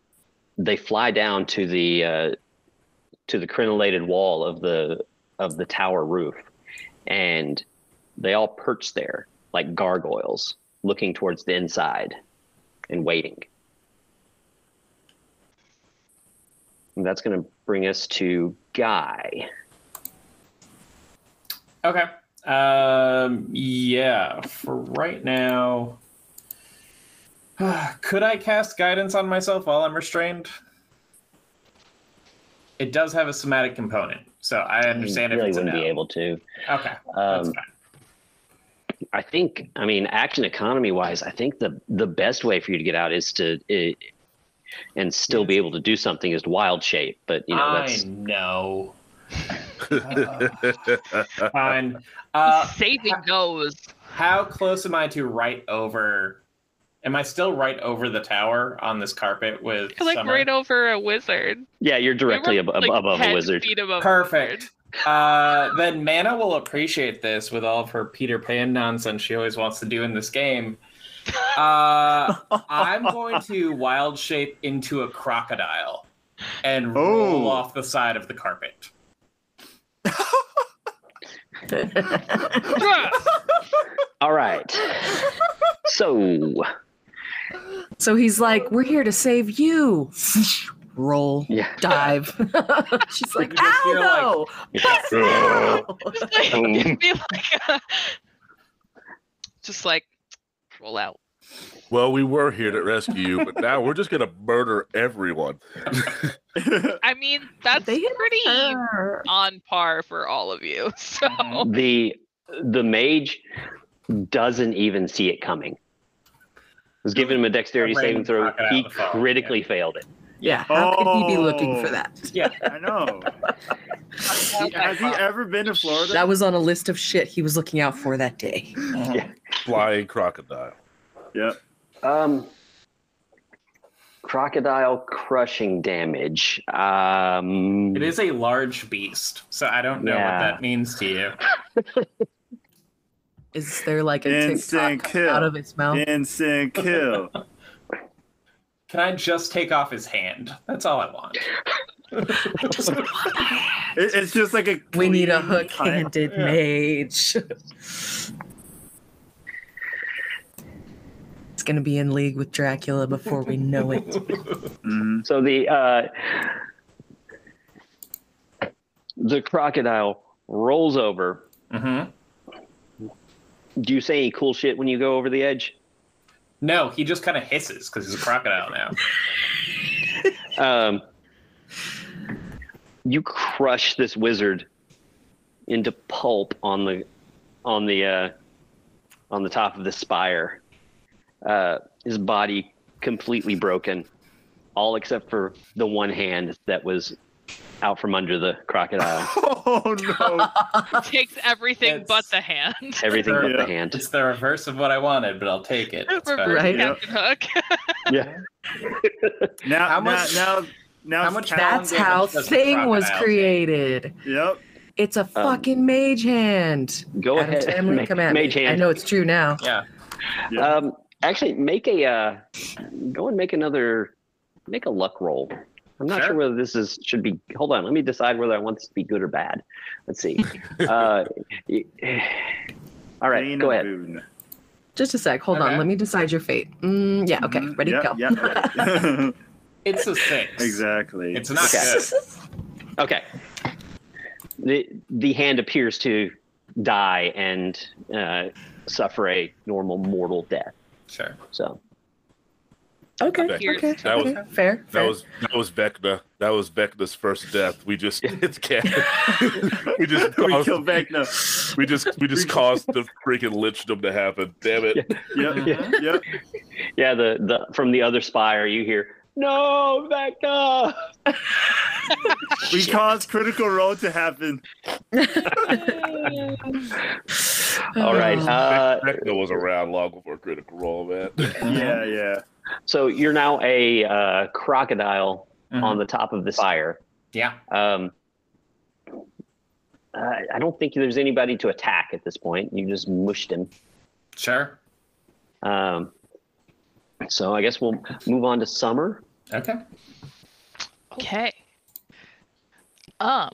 [SPEAKER 3] they fly down to the uh, to the crenellated wall of the of the tower roof and they all perch there like gargoyles, looking towards the inside and waiting. And that's going to bring us to Guy.
[SPEAKER 7] Okay. Um, yeah. For right now, could I cast guidance on myself while I'm restrained? It does have a somatic component, so I understand
[SPEAKER 3] you
[SPEAKER 7] if
[SPEAKER 3] really
[SPEAKER 7] it's a
[SPEAKER 3] wouldn't
[SPEAKER 7] no.
[SPEAKER 3] be able to.
[SPEAKER 7] Okay, that's
[SPEAKER 3] Um,
[SPEAKER 7] fine.
[SPEAKER 3] I think, I mean, action economy wise, I think the the best way for you to get out is to, i and still be able to do something is to wild shape. But you know,
[SPEAKER 7] I
[SPEAKER 3] that's
[SPEAKER 7] know. Mm-hmm. Fine. Uh,
[SPEAKER 4] Saving those.
[SPEAKER 7] how close am I to right over? Am I still right over the tower on this carpet with
[SPEAKER 4] You're like
[SPEAKER 7] Summer?
[SPEAKER 4] right over a wizard.
[SPEAKER 3] yeah, you're
[SPEAKER 4] We
[SPEAKER 3] directly
[SPEAKER 4] were,
[SPEAKER 3] ab-
[SPEAKER 4] like,
[SPEAKER 3] above a
[SPEAKER 4] 10
[SPEAKER 3] wizard.
[SPEAKER 4] feet above a
[SPEAKER 7] Perfect.
[SPEAKER 4] wizard.
[SPEAKER 7] Uh, then Mana will appreciate this with all of her Peter Pan nonsense she always wants to do in this game. Uh, I'm going to wild shape into a crocodile and roll
[SPEAKER 5] Oh.
[SPEAKER 7] off the side of the carpet.
[SPEAKER 4] Bruh,
[SPEAKER 3] All right. so
[SPEAKER 2] So he's like, "We're here to save you." Roll,
[SPEAKER 3] yeah,
[SPEAKER 2] dive. She's like,
[SPEAKER 7] You just feel
[SPEAKER 2] "Ow
[SPEAKER 6] Yeah.
[SPEAKER 2] no!"
[SPEAKER 4] just like,
[SPEAKER 3] Um.
[SPEAKER 4] it'd be like a- just like roll out.
[SPEAKER 6] well, we were here to rescue you, but now we're just gonna murder everyone.
[SPEAKER 4] I mean, that's
[SPEAKER 2] They hit
[SPEAKER 4] pretty
[SPEAKER 2] her.
[SPEAKER 4] on par for all of you. So
[SPEAKER 3] Oh.
[SPEAKER 7] Mhm.
[SPEAKER 3] the the mage doesn't even see it coming. I was giving him a dexterity
[SPEAKER 7] A brain
[SPEAKER 3] saving throw.
[SPEAKER 7] knockout
[SPEAKER 3] He
[SPEAKER 7] of the fall, yeah.
[SPEAKER 3] critically failed it.
[SPEAKER 2] Yeah, how could he be looking for
[SPEAKER 5] Oh.
[SPEAKER 2] that?
[SPEAKER 7] Yeah.
[SPEAKER 5] I know. Has he ever been to Florida?
[SPEAKER 2] That was on a list of shit he was looking out for that day.
[SPEAKER 6] Flying crocodile.
[SPEAKER 5] yeah.
[SPEAKER 3] Um, crocodile crushing damage. Um,
[SPEAKER 7] It is a large beast, so I don't know
[SPEAKER 3] Yeah.
[SPEAKER 7] what that means to you.
[SPEAKER 2] Is there like a
[SPEAKER 5] Instant
[SPEAKER 2] TikTok coming out
[SPEAKER 5] kill.
[SPEAKER 2] of his mouth?
[SPEAKER 5] Instant kill.
[SPEAKER 7] Can I just take off his hand? That's all I want.
[SPEAKER 2] I just want a hand.
[SPEAKER 5] It- it's just like a.
[SPEAKER 2] We need a
[SPEAKER 5] clean
[SPEAKER 2] hook-handed
[SPEAKER 5] cut. Yeah.
[SPEAKER 2] mage. It's gonna be in league with Dracula before we know it.
[SPEAKER 5] Mhm.
[SPEAKER 3] So the uh, the crocodile rolls over.
[SPEAKER 5] Mm-hmm.
[SPEAKER 7] Mhm.
[SPEAKER 3] Do you say any cool shit when you go over the edge?
[SPEAKER 7] No, he just kind of hisses because he's a crocodile now.
[SPEAKER 3] Um, you crush this wizard into pulp on the on the uh, on the top of the spire. Uh, his body completely broken, all except for the one hand that was out from under the crocodile.
[SPEAKER 5] Oh no!
[SPEAKER 4] takes everything but
[SPEAKER 7] That's-
[SPEAKER 4] the hand.
[SPEAKER 3] Everything but
[SPEAKER 5] Yeah.
[SPEAKER 3] the hand.
[SPEAKER 7] It's the reverse of what I wanted, but I'll take it. It's fine.
[SPEAKER 4] Reverse
[SPEAKER 2] Right.
[SPEAKER 4] Captain Hook.
[SPEAKER 3] Yeah.
[SPEAKER 5] Now,
[SPEAKER 7] How
[SPEAKER 5] how
[SPEAKER 7] much-
[SPEAKER 5] much, now, now, now.
[SPEAKER 7] how
[SPEAKER 5] it's
[SPEAKER 7] much
[SPEAKER 5] Cal-
[SPEAKER 7] that-
[SPEAKER 2] That's how
[SPEAKER 7] Doesn't
[SPEAKER 2] Thing was
[SPEAKER 7] crocodile.
[SPEAKER 2] created.
[SPEAKER 5] Yep.
[SPEAKER 2] It's a fucking mage hand.
[SPEAKER 3] Um, Go
[SPEAKER 2] Adam
[SPEAKER 3] ahead.
[SPEAKER 2] Tamlin,
[SPEAKER 3] Ma-
[SPEAKER 2] come at
[SPEAKER 3] mage
[SPEAKER 2] me.
[SPEAKER 3] hand.
[SPEAKER 2] I know it's true now.
[SPEAKER 7] Yeah.
[SPEAKER 5] Yeah.
[SPEAKER 3] Um, actually, make a uh, go and make another make a luck roll. I'm not
[SPEAKER 7] Sure.
[SPEAKER 3] sure. whether this is should be. Hold on, let me decide whether I want this to be good or bad. Let's see. uh, y- all right,
[SPEAKER 5] Clean
[SPEAKER 3] go
[SPEAKER 5] and
[SPEAKER 3] ahead.
[SPEAKER 5] boon.
[SPEAKER 2] Just a sec. Hold
[SPEAKER 7] Okay.
[SPEAKER 2] on. Let me decide your fate. Mm, yeah. Okay.
[SPEAKER 5] Mhm.
[SPEAKER 2] Ready?
[SPEAKER 5] Yep,
[SPEAKER 2] go.
[SPEAKER 5] yep, yep.
[SPEAKER 7] It's a six.
[SPEAKER 5] exactly.
[SPEAKER 7] It's not
[SPEAKER 3] Okay.
[SPEAKER 7] good.
[SPEAKER 3] Okay. The the hand appears to die and uh, suffer a normal mortal death.
[SPEAKER 7] Sure.
[SPEAKER 3] So
[SPEAKER 2] Okay.
[SPEAKER 6] That
[SPEAKER 2] Okay.
[SPEAKER 6] That was-
[SPEAKER 2] okay, fair.
[SPEAKER 6] That
[SPEAKER 2] fair.
[SPEAKER 6] was that was Vecna. That was Vecna's first death. We just it's cat. we just
[SPEAKER 5] we
[SPEAKER 6] caused,
[SPEAKER 5] kill Vecna.
[SPEAKER 6] we just we just caused the freaking lichdom to happen. Damn it!
[SPEAKER 5] Yep.
[SPEAKER 7] Mhm.
[SPEAKER 5] Yep.
[SPEAKER 3] yeah, the, the from the other spire you hear no Vecna.
[SPEAKER 5] We caused critical role to happen.
[SPEAKER 3] All right.
[SPEAKER 2] Oh.
[SPEAKER 3] Uh,
[SPEAKER 6] Vecna was around long before Critical Role, man.
[SPEAKER 5] Yeah, yeah.
[SPEAKER 3] So you're now a uh, crocodile
[SPEAKER 7] Mhm.
[SPEAKER 3] on the top of the spire.
[SPEAKER 7] Yeah.
[SPEAKER 3] Um, I I don't think there's anybody to attack at this point. You just mushed him.
[SPEAKER 7] Sure.
[SPEAKER 3] Um, so I guess we'll move on to Summer.
[SPEAKER 7] Okay.
[SPEAKER 4] Okay. Um,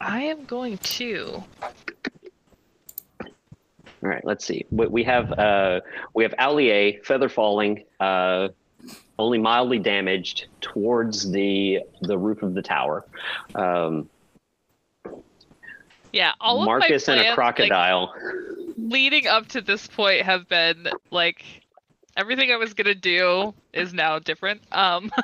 [SPEAKER 4] I am going to
[SPEAKER 3] All right, let's see. We, we have uh, we have Allier feather falling, uh, only mildly damaged towards the the roof of the tower. Um,
[SPEAKER 4] Yeah, all of
[SPEAKER 3] Marcus
[SPEAKER 4] my
[SPEAKER 3] and
[SPEAKER 4] plans,
[SPEAKER 3] a
[SPEAKER 4] like,
[SPEAKER 3] crocodile.
[SPEAKER 4] leading up to this point have been like everything I was gonna do is now different. Um,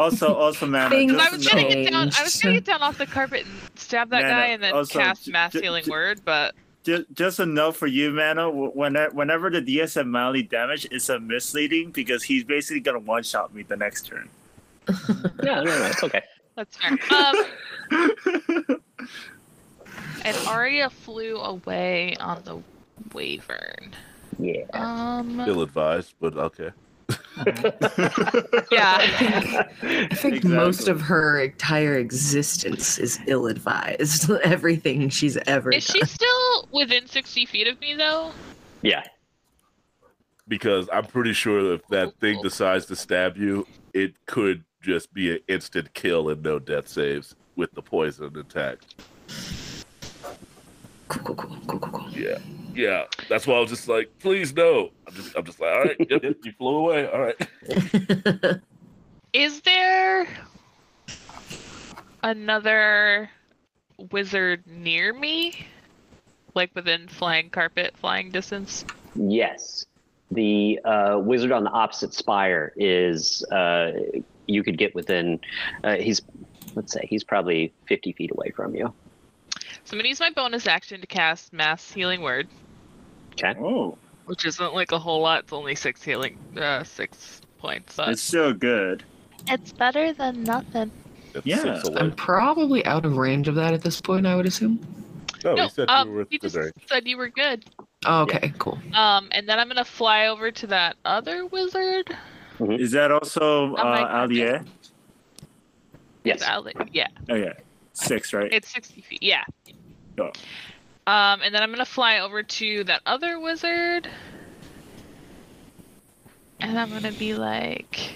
[SPEAKER 5] Also, also, man.
[SPEAKER 2] Things-
[SPEAKER 4] I was
[SPEAKER 2] Just
[SPEAKER 4] gonna get down. I was
[SPEAKER 2] changed.
[SPEAKER 4] gonna get down off the carpet and stab that
[SPEAKER 5] Nana,
[SPEAKER 4] guy and then
[SPEAKER 5] also,
[SPEAKER 4] cast
[SPEAKER 5] j-
[SPEAKER 4] mass
[SPEAKER 5] j-
[SPEAKER 4] healing
[SPEAKER 5] j-
[SPEAKER 4] word, but
[SPEAKER 5] just, just a note for you, Mano. Whenever, whenever the DSM mildly damage, it's a misleading because he's basically gonna one shot me the next turn.
[SPEAKER 3] No, no, no, it's okay.
[SPEAKER 4] that's fair. Um, and Arya flew away on the Wavern.
[SPEAKER 3] Yeah.
[SPEAKER 4] Um,
[SPEAKER 6] Ill advised, but okay.
[SPEAKER 4] yeah.
[SPEAKER 2] I think most of her entire existence is ill-advised. Everything she's ever
[SPEAKER 4] Is she
[SPEAKER 2] done.
[SPEAKER 4] still within sixty feet of me though?
[SPEAKER 3] Yeah.
[SPEAKER 6] Because I'm pretty sure if that thing decides to stab you, it could just be an instant kill and no death saves with the poison intact.
[SPEAKER 2] Cool, cool, cool, cool, cool, cool.
[SPEAKER 6] Yeah. Yeah. That's why I was just like, please no. I'm just I'm just like, all right, yep, yep, you flew away. All right.
[SPEAKER 4] Is there another wizard near me? Like within flying carpet, flying distance?
[SPEAKER 3] Yes. The uh, wizard on the opposite spire is uh, you could get within. Uh, he's let's say he's probably fifty feet away from you.
[SPEAKER 4] So I'm gonna use my bonus action to cast Mass Healing Word,
[SPEAKER 5] Oh,
[SPEAKER 4] which isn't like a whole lot. It's only six healing, uh, six points. But
[SPEAKER 5] it's so good.
[SPEAKER 4] it's better than nothing.
[SPEAKER 6] That's
[SPEAKER 5] Yeah.
[SPEAKER 6] six away.
[SPEAKER 2] I'm probably out of range of that at this point, I would assume.
[SPEAKER 6] No,
[SPEAKER 4] no,
[SPEAKER 6] he said
[SPEAKER 4] um,
[SPEAKER 6] Oh, you were
[SPEAKER 4] he just
[SPEAKER 6] today.
[SPEAKER 4] said you were good.
[SPEAKER 2] Oh, okay, cool.
[SPEAKER 4] Um, and then I'm gonna fly over to that other wizard.
[SPEAKER 5] Is that also
[SPEAKER 4] Oh my
[SPEAKER 5] uh, Allier?
[SPEAKER 3] Yes.
[SPEAKER 4] Is Alec- Yeah.
[SPEAKER 5] Oh yeah, six, right?
[SPEAKER 4] It's 60 feet, yeah.
[SPEAKER 5] Yeah.
[SPEAKER 4] Um, and then I'm gonna fly over to that other wizard. And I'm gonna be like.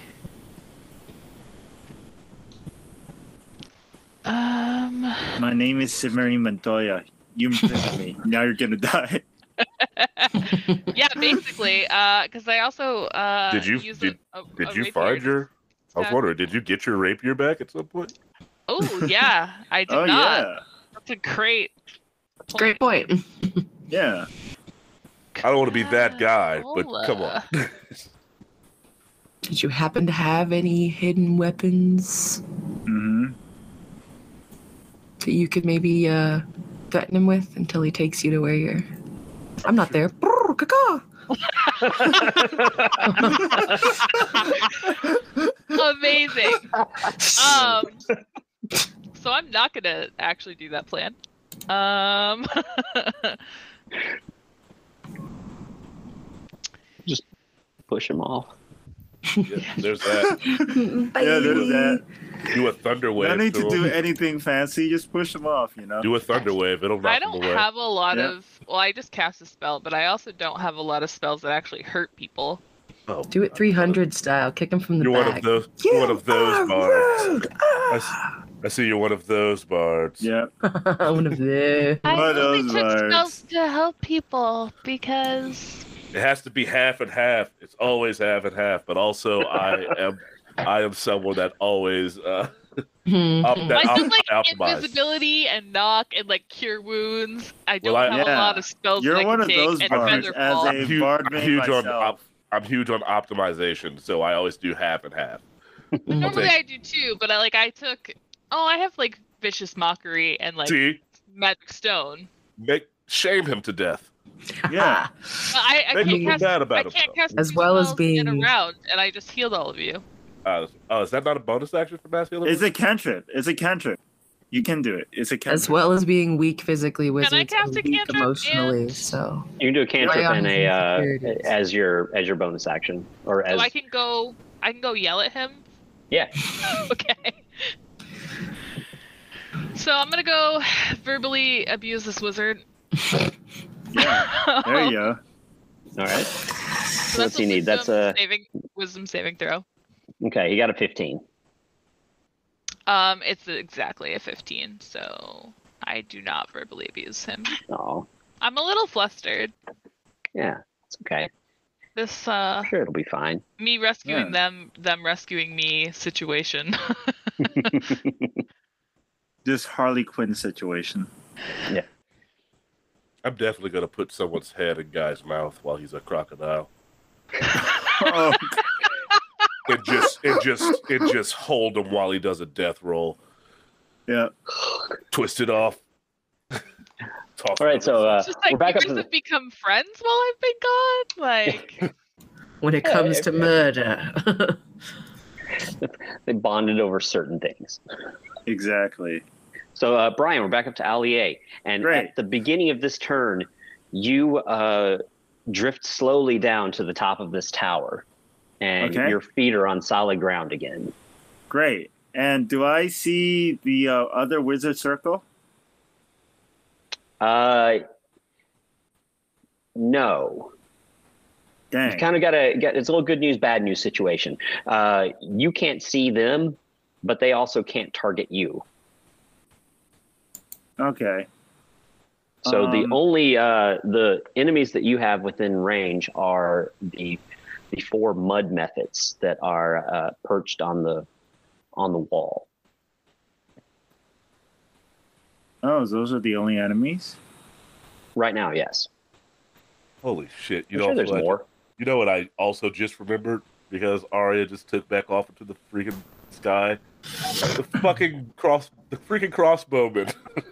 [SPEAKER 4] Um.
[SPEAKER 5] My name is Simmery Montoya. You imprisoned me. Now you're gonna die.
[SPEAKER 4] Yeah, basically. Uh, because I also uh.
[SPEAKER 6] Did you-
[SPEAKER 4] use
[SPEAKER 6] did-
[SPEAKER 4] a, a, a
[SPEAKER 6] Did you
[SPEAKER 4] rapier
[SPEAKER 6] find
[SPEAKER 4] to
[SPEAKER 6] your I was
[SPEAKER 4] stab-
[SPEAKER 6] wondering, did you get your rapier back at some point?
[SPEAKER 4] Oh yeah, I did
[SPEAKER 5] Oh
[SPEAKER 4] not. That's a great.
[SPEAKER 2] Great point.
[SPEAKER 5] yeah, yeah.
[SPEAKER 6] I don't want to be that guy, but come on.
[SPEAKER 2] Did you happen to have any hidden weapons
[SPEAKER 5] hmm
[SPEAKER 2] that you could maybe uh, threaten him with until he takes you to where you're? I'm not there. Brrr, caw-caw.
[SPEAKER 4] Amazing. Um, so I'm not gonna actually do that plan. Um,
[SPEAKER 3] Push him off.
[SPEAKER 6] Yeah, there's that.
[SPEAKER 5] Yeah, there's that.
[SPEAKER 6] Do a thunder wave.
[SPEAKER 5] Don't need to
[SPEAKER 6] throw
[SPEAKER 5] do
[SPEAKER 6] him.
[SPEAKER 5] anything fancy. Just push them off. You know.
[SPEAKER 6] Do a thunder wave. It'll knock
[SPEAKER 4] I
[SPEAKER 6] him
[SPEAKER 4] don't
[SPEAKER 6] away.
[SPEAKER 4] have a lot
[SPEAKER 5] Yeah.
[SPEAKER 4] of. Well, I just cast a spell, but I also don't have a lot of spells that actually hurt people.
[SPEAKER 6] Oh,
[SPEAKER 2] Do it 300 style. Kick him from the
[SPEAKER 6] You're
[SPEAKER 2] back.
[SPEAKER 6] one of those.
[SPEAKER 2] You
[SPEAKER 6] You're one of
[SPEAKER 2] are
[SPEAKER 6] those bards.
[SPEAKER 2] rude. Ah.
[SPEAKER 6] I see you're one of those bards.
[SPEAKER 5] Yeah.
[SPEAKER 2] one of the.
[SPEAKER 5] I What only those took are- spells
[SPEAKER 4] to help people because.
[SPEAKER 6] It has to be half and half. It's always half and half. But also, I am, I am someone that always uh,
[SPEAKER 2] Hmm.
[SPEAKER 6] op- that
[SPEAKER 4] I
[SPEAKER 6] op-
[SPEAKER 4] do like
[SPEAKER 6] optimize.
[SPEAKER 4] invisibility and knock and like cure wounds. I don't
[SPEAKER 6] Well, I-
[SPEAKER 4] have a
[SPEAKER 5] Yeah.
[SPEAKER 4] lot of spells.
[SPEAKER 5] You're
[SPEAKER 4] that I
[SPEAKER 5] one
[SPEAKER 4] can
[SPEAKER 5] of
[SPEAKER 4] take
[SPEAKER 5] those
[SPEAKER 4] and
[SPEAKER 5] bards
[SPEAKER 4] feather
[SPEAKER 5] as
[SPEAKER 4] fall.
[SPEAKER 5] a
[SPEAKER 6] I'm huge-
[SPEAKER 5] bard
[SPEAKER 6] I'm
[SPEAKER 5] made
[SPEAKER 6] huge on
[SPEAKER 5] myself.
[SPEAKER 6] I'm huge on optimization, so I always do half and half. I'll
[SPEAKER 2] Mm-hmm.
[SPEAKER 4] Normally
[SPEAKER 6] take-
[SPEAKER 4] I do too, but I like I took. Oh, I have like vicious mockery and like
[SPEAKER 6] see,
[SPEAKER 4] magic stone.
[SPEAKER 6] make shame him to death.
[SPEAKER 5] Yeah.
[SPEAKER 4] But I, I
[SPEAKER 6] Make him
[SPEAKER 4] can't
[SPEAKER 6] feel
[SPEAKER 4] cast.
[SPEAKER 6] bad
[SPEAKER 4] I
[SPEAKER 6] about
[SPEAKER 4] can't
[SPEAKER 6] himself.
[SPEAKER 4] cast
[SPEAKER 2] As
[SPEAKER 4] two
[SPEAKER 2] well as
[SPEAKER 4] spells in a
[SPEAKER 2] being-
[SPEAKER 4] round, and I just healed all of you.
[SPEAKER 6] Uh, oh, is that not a bonus action for mass healing?
[SPEAKER 5] It's a cantrip. It's a cantrip. You can do it. It's a cantrip.
[SPEAKER 2] As well as being weak physically, wizards
[SPEAKER 4] cast
[SPEAKER 2] and
[SPEAKER 4] a
[SPEAKER 2] weak
[SPEAKER 4] cantrip
[SPEAKER 2] emotionally.
[SPEAKER 4] and-
[SPEAKER 2] So
[SPEAKER 3] You can do a cantrip
[SPEAKER 2] Right on
[SPEAKER 3] and a
[SPEAKER 2] his
[SPEAKER 3] uh,
[SPEAKER 2] insecurities.
[SPEAKER 3] as your as your bonus action or as
[SPEAKER 4] So Oh, I can go. I can go yell at him.
[SPEAKER 3] yeah.
[SPEAKER 4] okay. So I'm gonna go verbally abuse this wizard.
[SPEAKER 5] Yeah. There you go.
[SPEAKER 3] All right.
[SPEAKER 4] So
[SPEAKER 3] What's
[SPEAKER 4] that's
[SPEAKER 3] he
[SPEAKER 4] a
[SPEAKER 3] need? That's
[SPEAKER 4] wisdom
[SPEAKER 3] a-
[SPEAKER 4] saving wisdom saving throw.
[SPEAKER 3] Okay, he got a fifteen.
[SPEAKER 4] Um, it's exactly a 15, so I do not verbally abuse him.
[SPEAKER 3] Oh,
[SPEAKER 4] I'm a little flustered.
[SPEAKER 3] Yeah, it's okay.
[SPEAKER 4] This uh,
[SPEAKER 3] I'm sure it'll be fine.
[SPEAKER 4] me rescuing
[SPEAKER 5] Yeah.
[SPEAKER 4] them, them rescuing me situation.
[SPEAKER 5] This Harley Quinn situation.
[SPEAKER 6] I'm definitely gonna put someone's head in Guy's mouth while he's a crocodile.
[SPEAKER 5] Oh,
[SPEAKER 6] And just and just and just hold him while he does a death roll.
[SPEAKER 5] yeah.
[SPEAKER 6] Twist it off. Toss
[SPEAKER 3] All
[SPEAKER 6] it
[SPEAKER 3] right,
[SPEAKER 6] over.
[SPEAKER 3] so uh,
[SPEAKER 4] it's just like
[SPEAKER 3] we're back up
[SPEAKER 4] you guys
[SPEAKER 3] to
[SPEAKER 4] have
[SPEAKER 3] the.
[SPEAKER 4] become friends while I've been gone. Like
[SPEAKER 2] when it comes to murder.
[SPEAKER 3] They bonded over certain things.
[SPEAKER 5] Exactly.
[SPEAKER 3] So, uh, Brian, we're back up to Alley A. And
[SPEAKER 5] Great.
[SPEAKER 3] at the beginning of this turn, you uh, drift slowly down to the top of this tower. And
[SPEAKER 5] Okay.
[SPEAKER 3] your feet are on solid ground again.
[SPEAKER 5] Great. And do I see the uh, other wizard circle?
[SPEAKER 3] Uh, no.
[SPEAKER 5] Dang.
[SPEAKER 3] kind of got to get it's a little good news bad news situation uh, you can't see them but they also can't target you
[SPEAKER 5] okay.
[SPEAKER 3] so the
[SPEAKER 5] Um,
[SPEAKER 3] only uh, the enemies that you have within range are the the four mud methods that are uh, perched on the on the wall
[SPEAKER 5] Oh, those are the only enemies.
[SPEAKER 3] right now yes
[SPEAKER 6] Holy shit! You
[SPEAKER 3] I'm
[SPEAKER 6] know,
[SPEAKER 3] sure there's
[SPEAKER 6] what?
[SPEAKER 3] more
[SPEAKER 6] You know what? I also just remembered because Arya just took back off into the freaking sky. The fucking cross, the freaking crossbowmen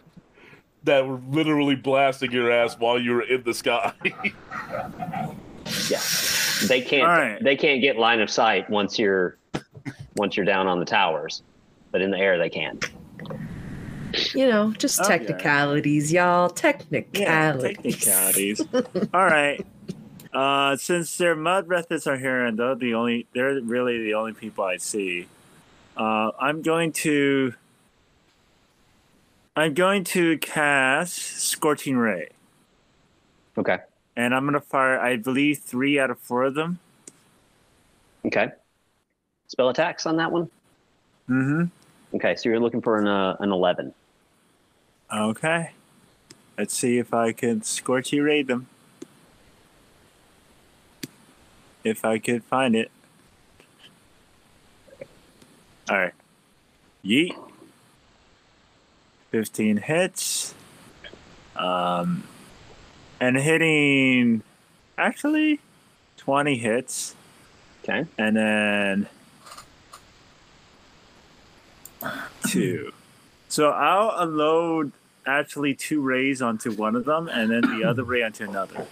[SPEAKER 6] that were literally blasting your ass while you were in the sky.
[SPEAKER 3] they can't
[SPEAKER 5] All right.
[SPEAKER 3] they can't get line of sight once you're once you're down on the towers but in the air they can
[SPEAKER 2] you know, just
[SPEAKER 5] Okay.
[SPEAKER 2] technicalities, y'all. Technicalities.
[SPEAKER 5] technicalities. All right. Uh, since their mud breathers are here and they're the only, they're really the only people I see. Uh, I'm going to, I'm going to cast scorching ray,
[SPEAKER 3] okay
[SPEAKER 5] and I'm going to fire. I believe three out of four of them.
[SPEAKER 3] okay spell attacks on that one
[SPEAKER 5] Mm-hmm.
[SPEAKER 3] Okay, so you're looking for an uh, an eleven.
[SPEAKER 5] Okay. Let's see if I can scorchy ray them. If I could find it. Alright. Yeet. 15 hits. Um, and hitting actually 20 hits.
[SPEAKER 3] Okay,
[SPEAKER 5] And then two. So I'll unload actually two rays onto one of them and then the other ray onto another.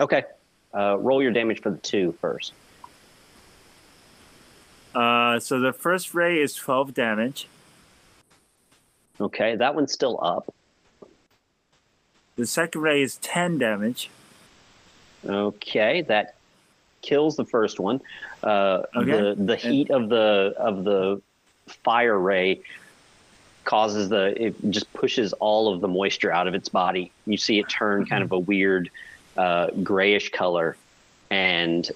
[SPEAKER 3] okay. Uh, roll your damage for the two first.
[SPEAKER 5] Uh, so the first ray is 12 damage.
[SPEAKER 3] Okay, that one's still up.
[SPEAKER 5] The second ray is 10 damage.
[SPEAKER 3] Okay, that kills the first one. Uh,
[SPEAKER 5] Okay.
[SPEAKER 3] The the heat of the of the fire ray causes the it just pushes all of the moisture out of its body. You see it
[SPEAKER 5] Mm-hmm.
[SPEAKER 3] turn kind of a weird uh, grayish color, and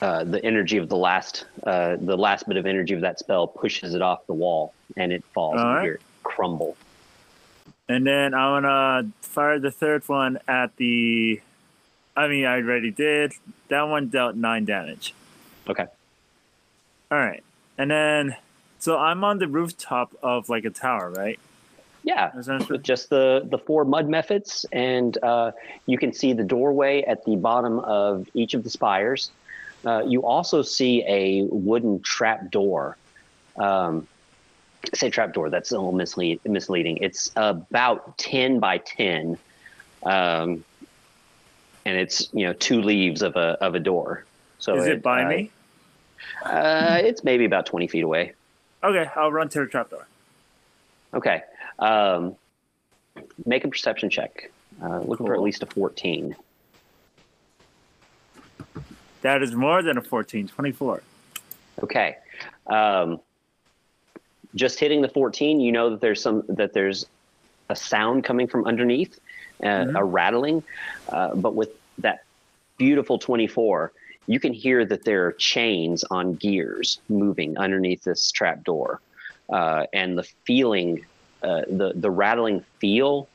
[SPEAKER 3] uh, the energy of the last uh, the last bit of energy of that spell pushes it off the wall, and it falls.
[SPEAKER 5] All
[SPEAKER 3] and you
[SPEAKER 5] right.
[SPEAKER 3] hear it crumble.
[SPEAKER 5] And then I want to fire the third one at the. I mean, I already did. That one dealt 9 damage.
[SPEAKER 3] Okay.
[SPEAKER 5] All right. And then. So I'm on the rooftop of like a tower, right?
[SPEAKER 3] Yeah,
[SPEAKER 5] Essentially.
[SPEAKER 3] with just the the four mud methods and uh, you can see the doorway at the bottom of each of the spires uh, you also see a wooden trap door um, I say trap door that's a little mislead, misleading it's about 10 by 10 um, and it's you know two leaves of a of a door so
[SPEAKER 5] Is it by
[SPEAKER 3] uh,
[SPEAKER 5] me?
[SPEAKER 3] uh, it's maybe about 20 feet away
[SPEAKER 5] Okay, I'll run to the trapdoor.
[SPEAKER 3] Okay. Um, make a perception check. Uh, looking for at
[SPEAKER 5] Cool.
[SPEAKER 3] least a 14.
[SPEAKER 5] That is more than a 14, 24.
[SPEAKER 3] Okay. Um, just hitting the 14, you know that there's some that there's a sound coming from underneath, uh, a rattling. Uh, but with that beautiful 24, you can hear that there are chains on gears moving underneath this trap door, uh, and the feeling, uh, the the rattling feel.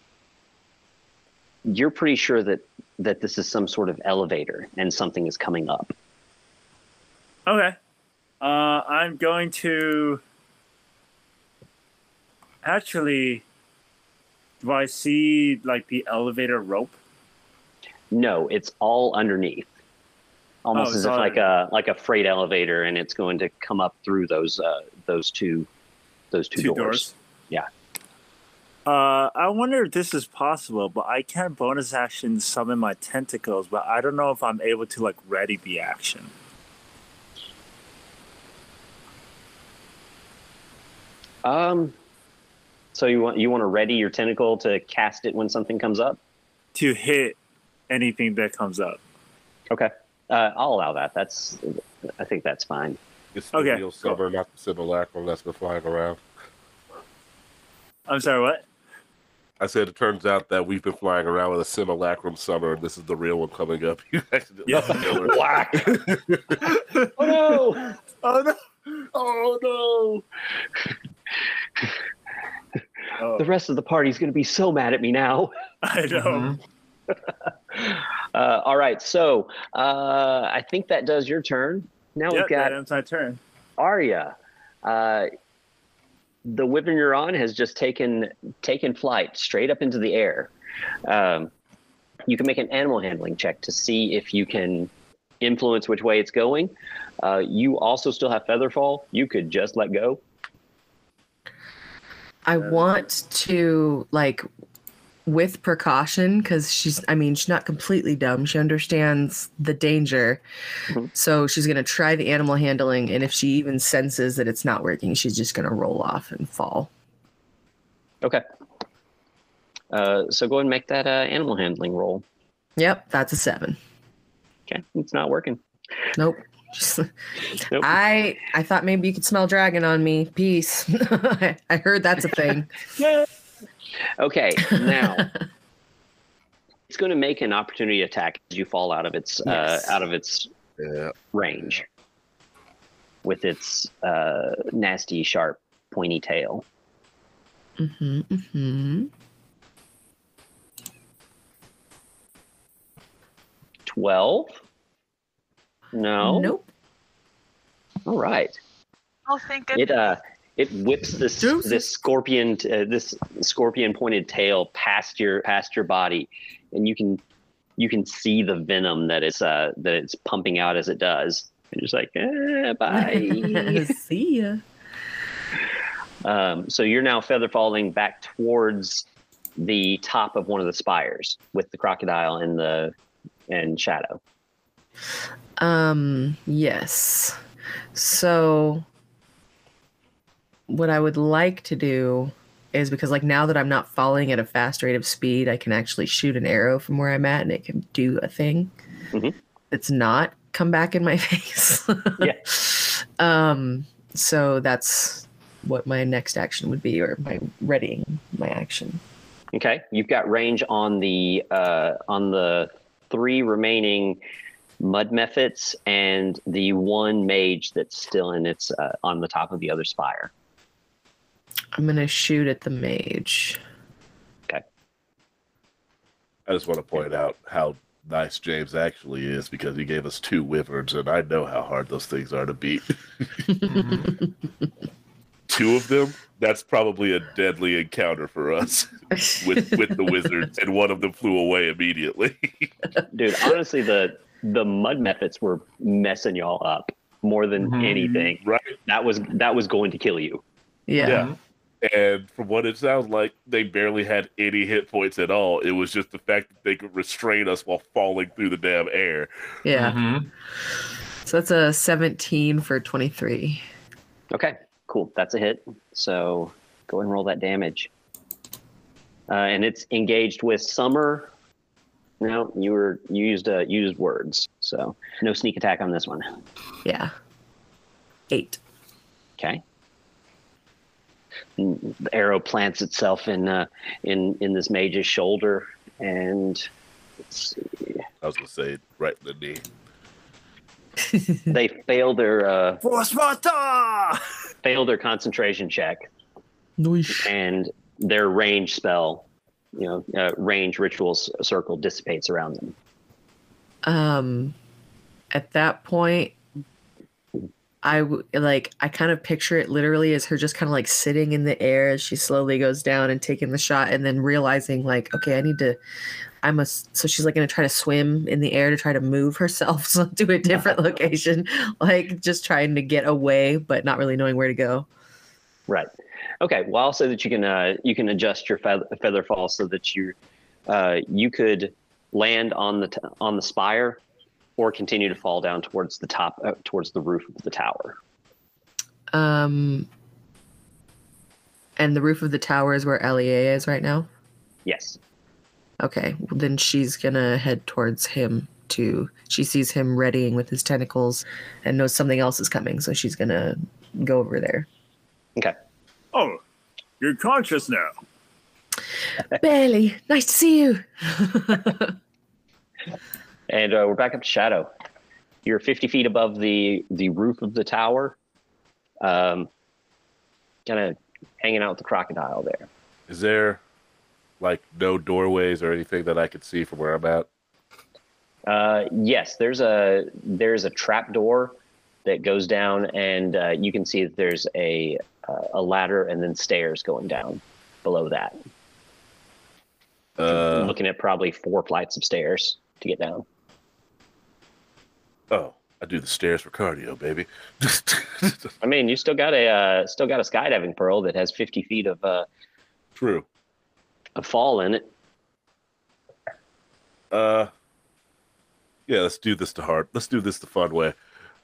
[SPEAKER 3] You're pretty sure that that this is some sort of elevator and something is coming up.
[SPEAKER 5] Okay. Uh, I'm going to. Actually, do I see like the elevator rope?
[SPEAKER 3] No, it's all underneath. Almost
[SPEAKER 5] Oh,
[SPEAKER 3] as
[SPEAKER 5] it's
[SPEAKER 3] if
[SPEAKER 5] all
[SPEAKER 3] like a like a freight elevator, and it's going to come up through those uh, those two those two, doors. Yeah.
[SPEAKER 5] Uh, I wonder if this is possible, but I can bonus action summon my tentacles, but I don't know if I'm able to like ready the action.
[SPEAKER 3] Um. So you want you want to ready your tentacle to cast it when something comes up?
[SPEAKER 5] to hit anything that comes up.
[SPEAKER 3] Okay. Uh, I'll allow that. That's I think that's fine.
[SPEAKER 6] It's
[SPEAKER 5] Okay,
[SPEAKER 6] the real summer, not the simulacrum that's been flying around.
[SPEAKER 5] I'm sorry, what?
[SPEAKER 6] I said it turns out that we've been flying around with a simulacrum summer, and this is the real one coming up. You accidentally
[SPEAKER 5] Yeah.
[SPEAKER 6] killed her.
[SPEAKER 7] Oh no!
[SPEAKER 5] Oh no! Oh no!
[SPEAKER 3] The
[SPEAKER 5] Oh,
[SPEAKER 3] rest of the party's going to be so mad at me now.
[SPEAKER 5] I know.
[SPEAKER 7] Mm-hmm.
[SPEAKER 3] Uh, all right. So uh, I think that does your turn. Now
[SPEAKER 5] Yep,
[SPEAKER 3] we've got
[SPEAKER 5] that ends my turn.
[SPEAKER 3] Arya, uh, the women you're on has just taken taken flight straight up into the air. Um, you can make an animal handling check to see if you can influence which way it's going. Uh, you also still have featherfall. You could just let go.
[SPEAKER 2] I
[SPEAKER 5] Um,
[SPEAKER 2] want to like with precaution because she's I mean she's not completely dumb. She understands the danger.
[SPEAKER 3] Mhm.
[SPEAKER 2] So she's gonna try the animal handling and if she even senses that it's not working, she's just gonna roll off and fall.
[SPEAKER 3] Okay. Uh, so go ahead and make that uh, animal handling roll.
[SPEAKER 2] Yep, that's a seven.
[SPEAKER 3] Okay, it's not working.
[SPEAKER 2] Nope. Just-
[SPEAKER 3] Nope.
[SPEAKER 2] I I thought maybe you could smell dragon on me. Peace. I heard that's a thing.
[SPEAKER 3] Okay, now it's going to make an opportunity attack as you fall out of its
[SPEAKER 2] Yes.
[SPEAKER 3] uh, out of its
[SPEAKER 6] Yeah.
[SPEAKER 3] range with its uh, nasty, sharp, pointy tail.
[SPEAKER 2] hmm hmm
[SPEAKER 3] 12? No.
[SPEAKER 2] Nope.
[SPEAKER 3] All right.
[SPEAKER 4] Oh, thank
[SPEAKER 3] It
[SPEAKER 4] goodness.
[SPEAKER 3] uh it whips this
[SPEAKER 2] Deuces.
[SPEAKER 3] this scorpion uh, this scorpion pointed tail past your past your body and you can you can see the venom that it's uh that it's pumping out as it does. And you're just like, eh, bye.
[SPEAKER 2] See ya.
[SPEAKER 3] Um, so you're now feather falling back towards the top of one of the spires with the crocodile and the and shadow.
[SPEAKER 2] Um, yes. So what I would like to do is because like now that I'm not falling at a fast rate of speed, I can actually shoot an arrow from where I'm at and it can do a thing.
[SPEAKER 3] Mhm.
[SPEAKER 6] Mm-hmm.
[SPEAKER 2] It's not come back in my face.
[SPEAKER 3] Yeah.
[SPEAKER 2] Um, so that's what my next action would be or my readying my action.
[SPEAKER 3] Okay, you've got range on the uh, on the three remaining mud methods and the one mage that's still in its uh, on the top of the other spire.
[SPEAKER 2] I'm going to shoot at the mage.
[SPEAKER 6] I just want to point out how nice James actually is because he gave us two wyverns, and I know how hard those things are to beat. two of them, that's probably a deadly encounter for us with, with the wizards, and one of them flew away immediately.
[SPEAKER 3] Dude, honestly, the the mud methods were messing y'all up more than
[SPEAKER 7] Mhm.
[SPEAKER 3] anything.
[SPEAKER 6] Right.
[SPEAKER 3] That was that was going to kill you.
[SPEAKER 2] Yeah.
[SPEAKER 6] Yeah. And from what it sounds like, they barely had any hit points at all. It was just the fact that they could restrain us while falling through the damn air. Mm-hmm.
[SPEAKER 2] Yeah.
[SPEAKER 7] Mhm.
[SPEAKER 2] So that's a 17 for 23.
[SPEAKER 3] Okay, cool. That's a hit. So go ahead and roll that damage. Uh, and it's engaged with summer. No, you were you used uh, you used words, so no sneak attack on this one.
[SPEAKER 2] Yeah. Eight.
[SPEAKER 3] Okay. Mm, The arrow plants itself in uh, in in this mage's shoulder, and let's see.
[SPEAKER 6] I was gonna say right in the knee.
[SPEAKER 3] they fail their uh,
[SPEAKER 5] For Sparta!
[SPEAKER 3] fail their concentration check.
[SPEAKER 2] Noish.
[SPEAKER 3] and their range spell, you know, uh, range rituals circle dissipates around them.
[SPEAKER 2] um at that point i w- like i kind of picture it literally as her just kind of like sitting in the air as she slowly goes down and taking the shot and then realizing like okay i need to i must so she's like going to try to swim in the air to try to move herself so- to a different location like just trying to get away but not really knowing where to go
[SPEAKER 3] Right. Okay. Well, I'll say that you can uh, you can adjust your feather, feather fall so that you uh, you could land on the t- on the spire or continue to fall down towards the top uh, towards the roof of the tower.
[SPEAKER 2] um and the roof of the tower is where lea is right now
[SPEAKER 3] Yes.
[SPEAKER 2] Okay, well, then she's gonna head towards him too. She sees him readying with his tentacles and knows something else is coming, so she's gonna go over there.
[SPEAKER 5] Oh, you're conscious now.
[SPEAKER 2] Barely. Nice to see you.
[SPEAKER 3] And uh, we're back up to shadow. You're 50 feet above the the roof of the tower, um, kind of hanging out with the crocodile there.
[SPEAKER 6] Is there like no doorways or anything that I could see from where I'm at?
[SPEAKER 3] Uh, yes, there's a there's a trap door that goes down, and uh, you can see that there's a uh, a ladder and then stairs going down below that. You're
[SPEAKER 6] Uh,
[SPEAKER 3] looking at probably four flights of stairs to get down.
[SPEAKER 6] oh, I do the stairs for cardio, baby.
[SPEAKER 3] I mean, you still got a uh, still got a skydiving pearl that has 50 feet of uh,
[SPEAKER 6] True.
[SPEAKER 3] of fall in it.
[SPEAKER 6] Uh, yeah, let's do this the hard. Let's do this the fun way.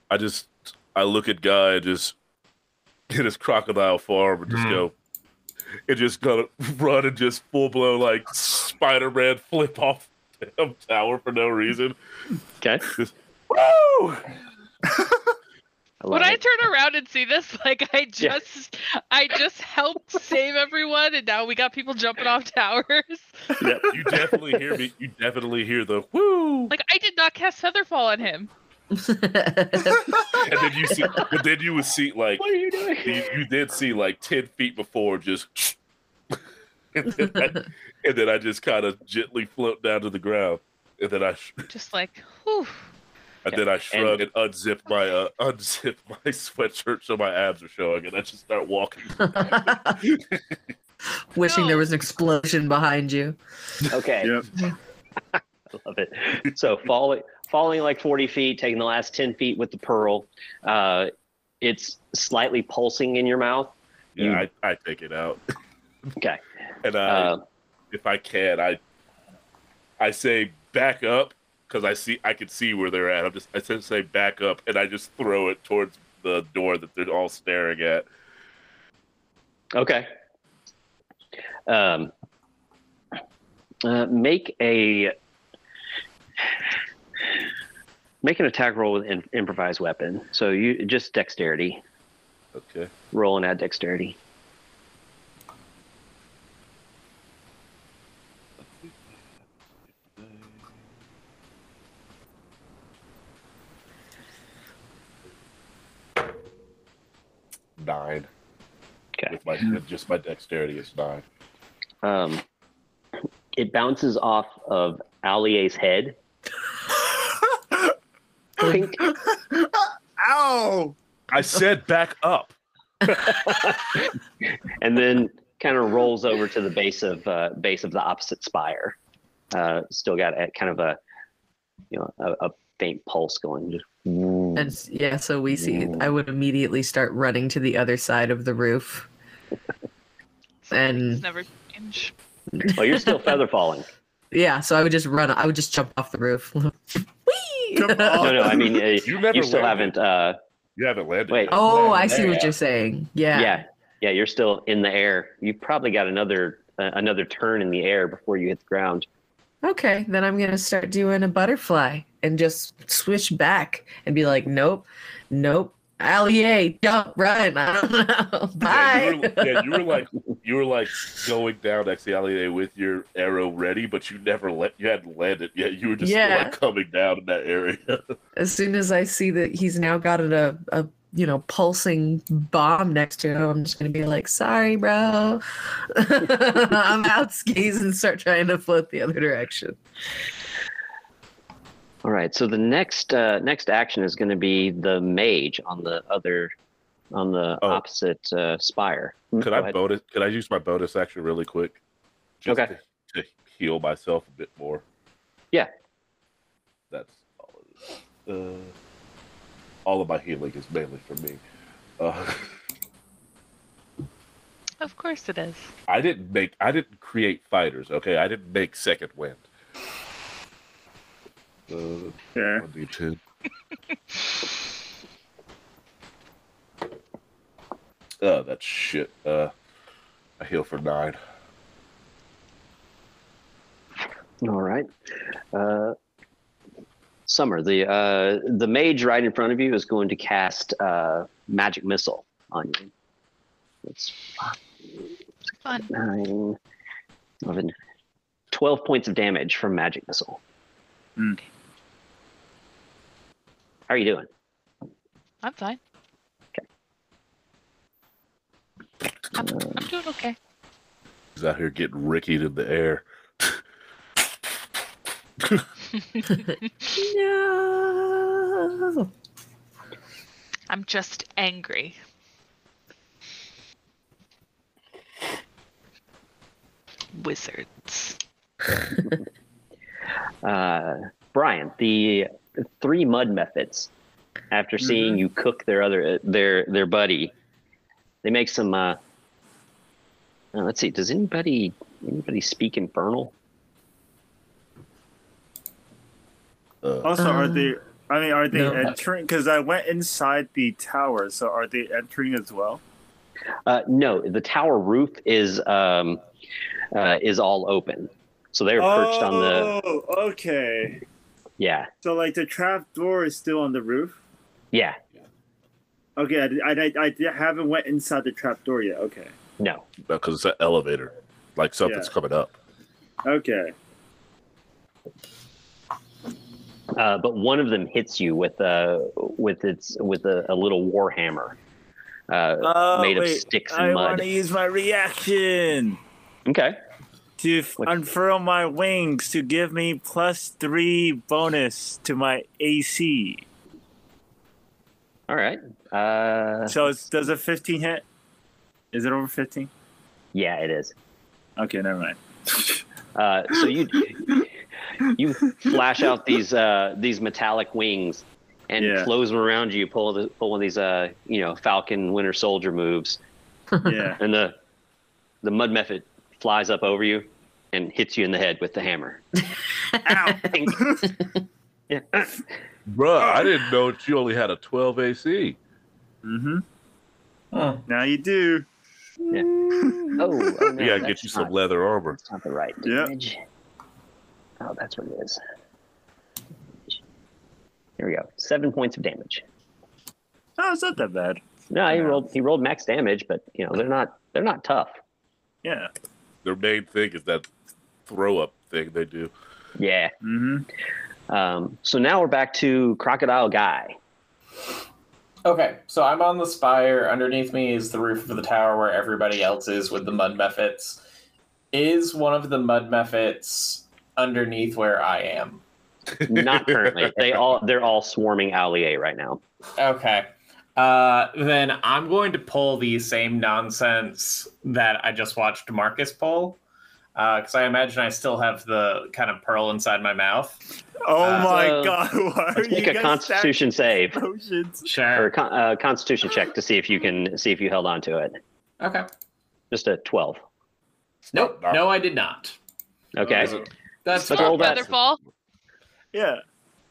[SPEAKER 6] I just I look at guy just in his crocodile farm and just
[SPEAKER 7] Hmm.
[SPEAKER 6] go and just gonna run and just full blown like Spider Man flip off the damn tower for no reason.
[SPEAKER 3] Okay,
[SPEAKER 6] Woo!
[SPEAKER 3] I love
[SPEAKER 4] Would I
[SPEAKER 3] it.
[SPEAKER 4] turn around and see this? Like I
[SPEAKER 3] Yeah.
[SPEAKER 4] just, I just helped save everyone, and now we got people jumping off towers.
[SPEAKER 6] Yeah, you definitely hear me. You definitely hear the woo.
[SPEAKER 4] Like I did not cast Featherfall on him.
[SPEAKER 6] and then you see, but then you would see like
[SPEAKER 3] what are you doing?
[SPEAKER 6] you, you did see like ten feet before just, and, then I, and then I just kind of gently float down to the ground, and then I sh-
[SPEAKER 4] Just like, whew.
[SPEAKER 6] and then I shrug and, unzip my uh, unzip my sweatshirt so my abs are showing, and I just start walking.
[SPEAKER 2] Wishing there was an explosion behind you.
[SPEAKER 3] Okay,
[SPEAKER 5] Yep.
[SPEAKER 3] love it. So falling, falling like forty feet, taking the last ten feet with the pearl. Uh, it's slightly pulsing in your mouth.
[SPEAKER 6] Yeah, I, I take it out.
[SPEAKER 3] Okay.
[SPEAKER 6] and I,
[SPEAKER 3] Uh,
[SPEAKER 6] if I can, I I say back up because I see I can see where they're at. I'm just I say- say back up, and I just throw it towards the door that they're all staring at.
[SPEAKER 3] Okay. Um, uh, make a make an attack roll with in, improvised weapon. So you just dexterity
[SPEAKER 6] Okay.
[SPEAKER 3] roll and add dexterity.
[SPEAKER 6] Nine.
[SPEAKER 3] Okay.
[SPEAKER 6] With my with just my dexterity is nine.
[SPEAKER 3] Um, it bounces off of Allier's head. Clink.
[SPEAKER 5] Ow!
[SPEAKER 6] I said back up.
[SPEAKER 3] and then kind of rolls over to the base of uh, base of the opposite spire. Uh, still got a, kind of a you know a, a faint pulse going. Just
[SPEAKER 2] And s- yeah, so we see I would immediately start running to the other side of the roof.
[SPEAKER 4] It's
[SPEAKER 2] And
[SPEAKER 4] never change.
[SPEAKER 3] oh, you're still feather falling.
[SPEAKER 2] yeah, so I would just run I would just jump off the roof. Whee!
[SPEAKER 5] Come on.
[SPEAKER 3] No, no, I mean uh,
[SPEAKER 6] You never
[SPEAKER 3] you still
[SPEAKER 6] landed.
[SPEAKER 3] haven't. Uh,
[SPEAKER 6] You haven't landed.
[SPEAKER 3] Wait.
[SPEAKER 6] yet.
[SPEAKER 2] Oh, I see
[SPEAKER 7] Yeah.
[SPEAKER 2] what you're saying. Yeah.
[SPEAKER 3] yeah. yeah, you're still in the air. You probably got another uh, another turn in the air before you hit the ground.
[SPEAKER 2] Okay, then I'm gonna start doing a butterfly and just switch back and be like, nope, nope, allie, jump, run. I don't know.
[SPEAKER 6] Yeah, you
[SPEAKER 2] Bye.
[SPEAKER 6] were, yeah, you were like you were like going down Exialie with your arrow ready, but you never let you hadn't landed yet. You were just
[SPEAKER 2] Yeah.
[SPEAKER 6] like coming down in that area.
[SPEAKER 2] as soon as I see that he's now got a, a you know pulsing bomb next to him, I'm just gonna be like, sorry, bro. I'm out skis and start trying to float the other direction.
[SPEAKER 3] All right. So the next uh, next action is going to be the mage on the other on the
[SPEAKER 6] Oh.
[SPEAKER 3] opposite uh, spire.
[SPEAKER 6] Could
[SPEAKER 3] Go
[SPEAKER 6] I
[SPEAKER 3] ahead.
[SPEAKER 6] bonus? Could I use my bonus action really quick? Just
[SPEAKER 3] Okay.
[SPEAKER 6] To, to heal myself a bit more.
[SPEAKER 3] Yeah.
[SPEAKER 6] That's all. It is. Uh, all of my healing is mainly for me. Uh,
[SPEAKER 4] Of course it is.
[SPEAKER 6] I didn't make. I didn't create fighters. Okay. I didn't make second wind. Uh,
[SPEAKER 5] Yeah.
[SPEAKER 6] one d ten. Oh, that's shit. Uh, I heal for nine.
[SPEAKER 3] All right. Uh, Summer, the uh, the mage right in front of you is going to cast uh, magic missile on you. It's
[SPEAKER 4] Fun.
[SPEAKER 3] nine, 11, 12 points of damage from magic missile.
[SPEAKER 5] Hmm.
[SPEAKER 3] How are you doing?
[SPEAKER 4] I'm fine. I'm, I'm doing okay.
[SPEAKER 6] He's out here getting rickied in the air.
[SPEAKER 2] No.
[SPEAKER 4] I'm just angry. Wizards.
[SPEAKER 3] uh, Brian, the three mud methods. After seeing you cook their other their their buddy, they make some. Uh, uh, let's see. Does anybody anybody speak infernal?
[SPEAKER 6] Uh,
[SPEAKER 5] Also, are
[SPEAKER 2] Um,
[SPEAKER 5] they? I mean, are they
[SPEAKER 2] no.
[SPEAKER 5] entering? Because I went inside the tower, so are they entering as well?
[SPEAKER 3] Uh, no, the tower roof is um, uh, is all open, so they're perched on the
[SPEAKER 5] Oh, okay.
[SPEAKER 3] yeah
[SPEAKER 5] So like the trap door is still on the roof.
[SPEAKER 3] yeah
[SPEAKER 5] Okay, I, I, I, I haven't went inside the trap door yet. Okay,
[SPEAKER 3] no
[SPEAKER 6] because it's an elevator. Like something's
[SPEAKER 5] Yeah.
[SPEAKER 6] coming up.
[SPEAKER 5] okay.
[SPEAKER 3] Uh, but one of them hits you with a with its with a, a little warhammer uh, made of sticks and
[SPEAKER 5] Oh, I
[SPEAKER 3] mud.
[SPEAKER 5] want to use my reaction
[SPEAKER 3] Okay.
[SPEAKER 5] to f-
[SPEAKER 3] What-
[SPEAKER 5] unfurl my wings to give me plus three bonus to my AC.
[SPEAKER 3] All right. Uh,
[SPEAKER 5] So it's, does a 15 hit? Is it over 15?
[SPEAKER 3] yeah, it is.
[SPEAKER 5] Okay, never mind.
[SPEAKER 3] Uh, so you you flash out these uh, these metallic wings and
[SPEAKER 5] Yeah.
[SPEAKER 3] close them around you. Pull the, pull one of these uh, you know Falcon Winter Soldier moves,
[SPEAKER 5] yeah.
[SPEAKER 3] and the the mud method flies up over you and hits you in the head with the hammer.
[SPEAKER 5] Ow.
[SPEAKER 3] Yeah. Oh,
[SPEAKER 6] Bruh, I didn't know that you only had a 12 AC.
[SPEAKER 5] Mm-hmm.
[SPEAKER 7] Huh.
[SPEAKER 5] Now you do.
[SPEAKER 3] Oh, oh no,
[SPEAKER 6] We gotta
[SPEAKER 3] that's
[SPEAKER 6] get you some
[SPEAKER 3] not-
[SPEAKER 6] leather armor.
[SPEAKER 3] It's not the right
[SPEAKER 5] Yeah.
[SPEAKER 3] damage. Oh, that's what it is. Here we go. Seven points of damage.
[SPEAKER 5] Oh, it's not that bad.
[SPEAKER 3] No, he
[SPEAKER 5] Yeah.
[SPEAKER 3] rolled he rolled max damage, but you know they're not they're not tough.
[SPEAKER 5] Yeah.
[SPEAKER 6] Their main thing is that throw up thing they do.
[SPEAKER 3] Yeah.
[SPEAKER 5] Mm-hmm.
[SPEAKER 3] Um, so now we're back to crocodile guy.
[SPEAKER 7] Okay, so I'm on the spire. Underneath me is the roof of the tower where everybody else is with the mud mephits. Is one of the mud mephits underneath where I am?
[SPEAKER 3] Not currently. they all they're all swarming Allier right now.
[SPEAKER 7] Okay. Uh, then I'm going to pull the same nonsense that I just watched Marcus pull. Because I imagine I still have the kind of pearl inside my mouth.
[SPEAKER 5] Oh
[SPEAKER 7] Uh,
[SPEAKER 5] my
[SPEAKER 3] so-
[SPEAKER 5] god. Why are
[SPEAKER 3] Make
[SPEAKER 5] you
[SPEAKER 3] a
[SPEAKER 5] guys
[SPEAKER 3] Constitution save
[SPEAKER 5] that Emotions.
[SPEAKER 3] or a
[SPEAKER 7] Sure.
[SPEAKER 3] con- uh, Constitution check to see if you can see if you held on to it.
[SPEAKER 7] Okay.
[SPEAKER 3] Just a twelve.
[SPEAKER 7] Nope.
[SPEAKER 6] Not-
[SPEAKER 7] No, I did not.
[SPEAKER 3] Okay.
[SPEAKER 6] Is it-
[SPEAKER 7] That's
[SPEAKER 3] Let's
[SPEAKER 4] Still
[SPEAKER 3] roll
[SPEAKER 4] have
[SPEAKER 3] that.
[SPEAKER 4] Featherfall.
[SPEAKER 5] Yeah.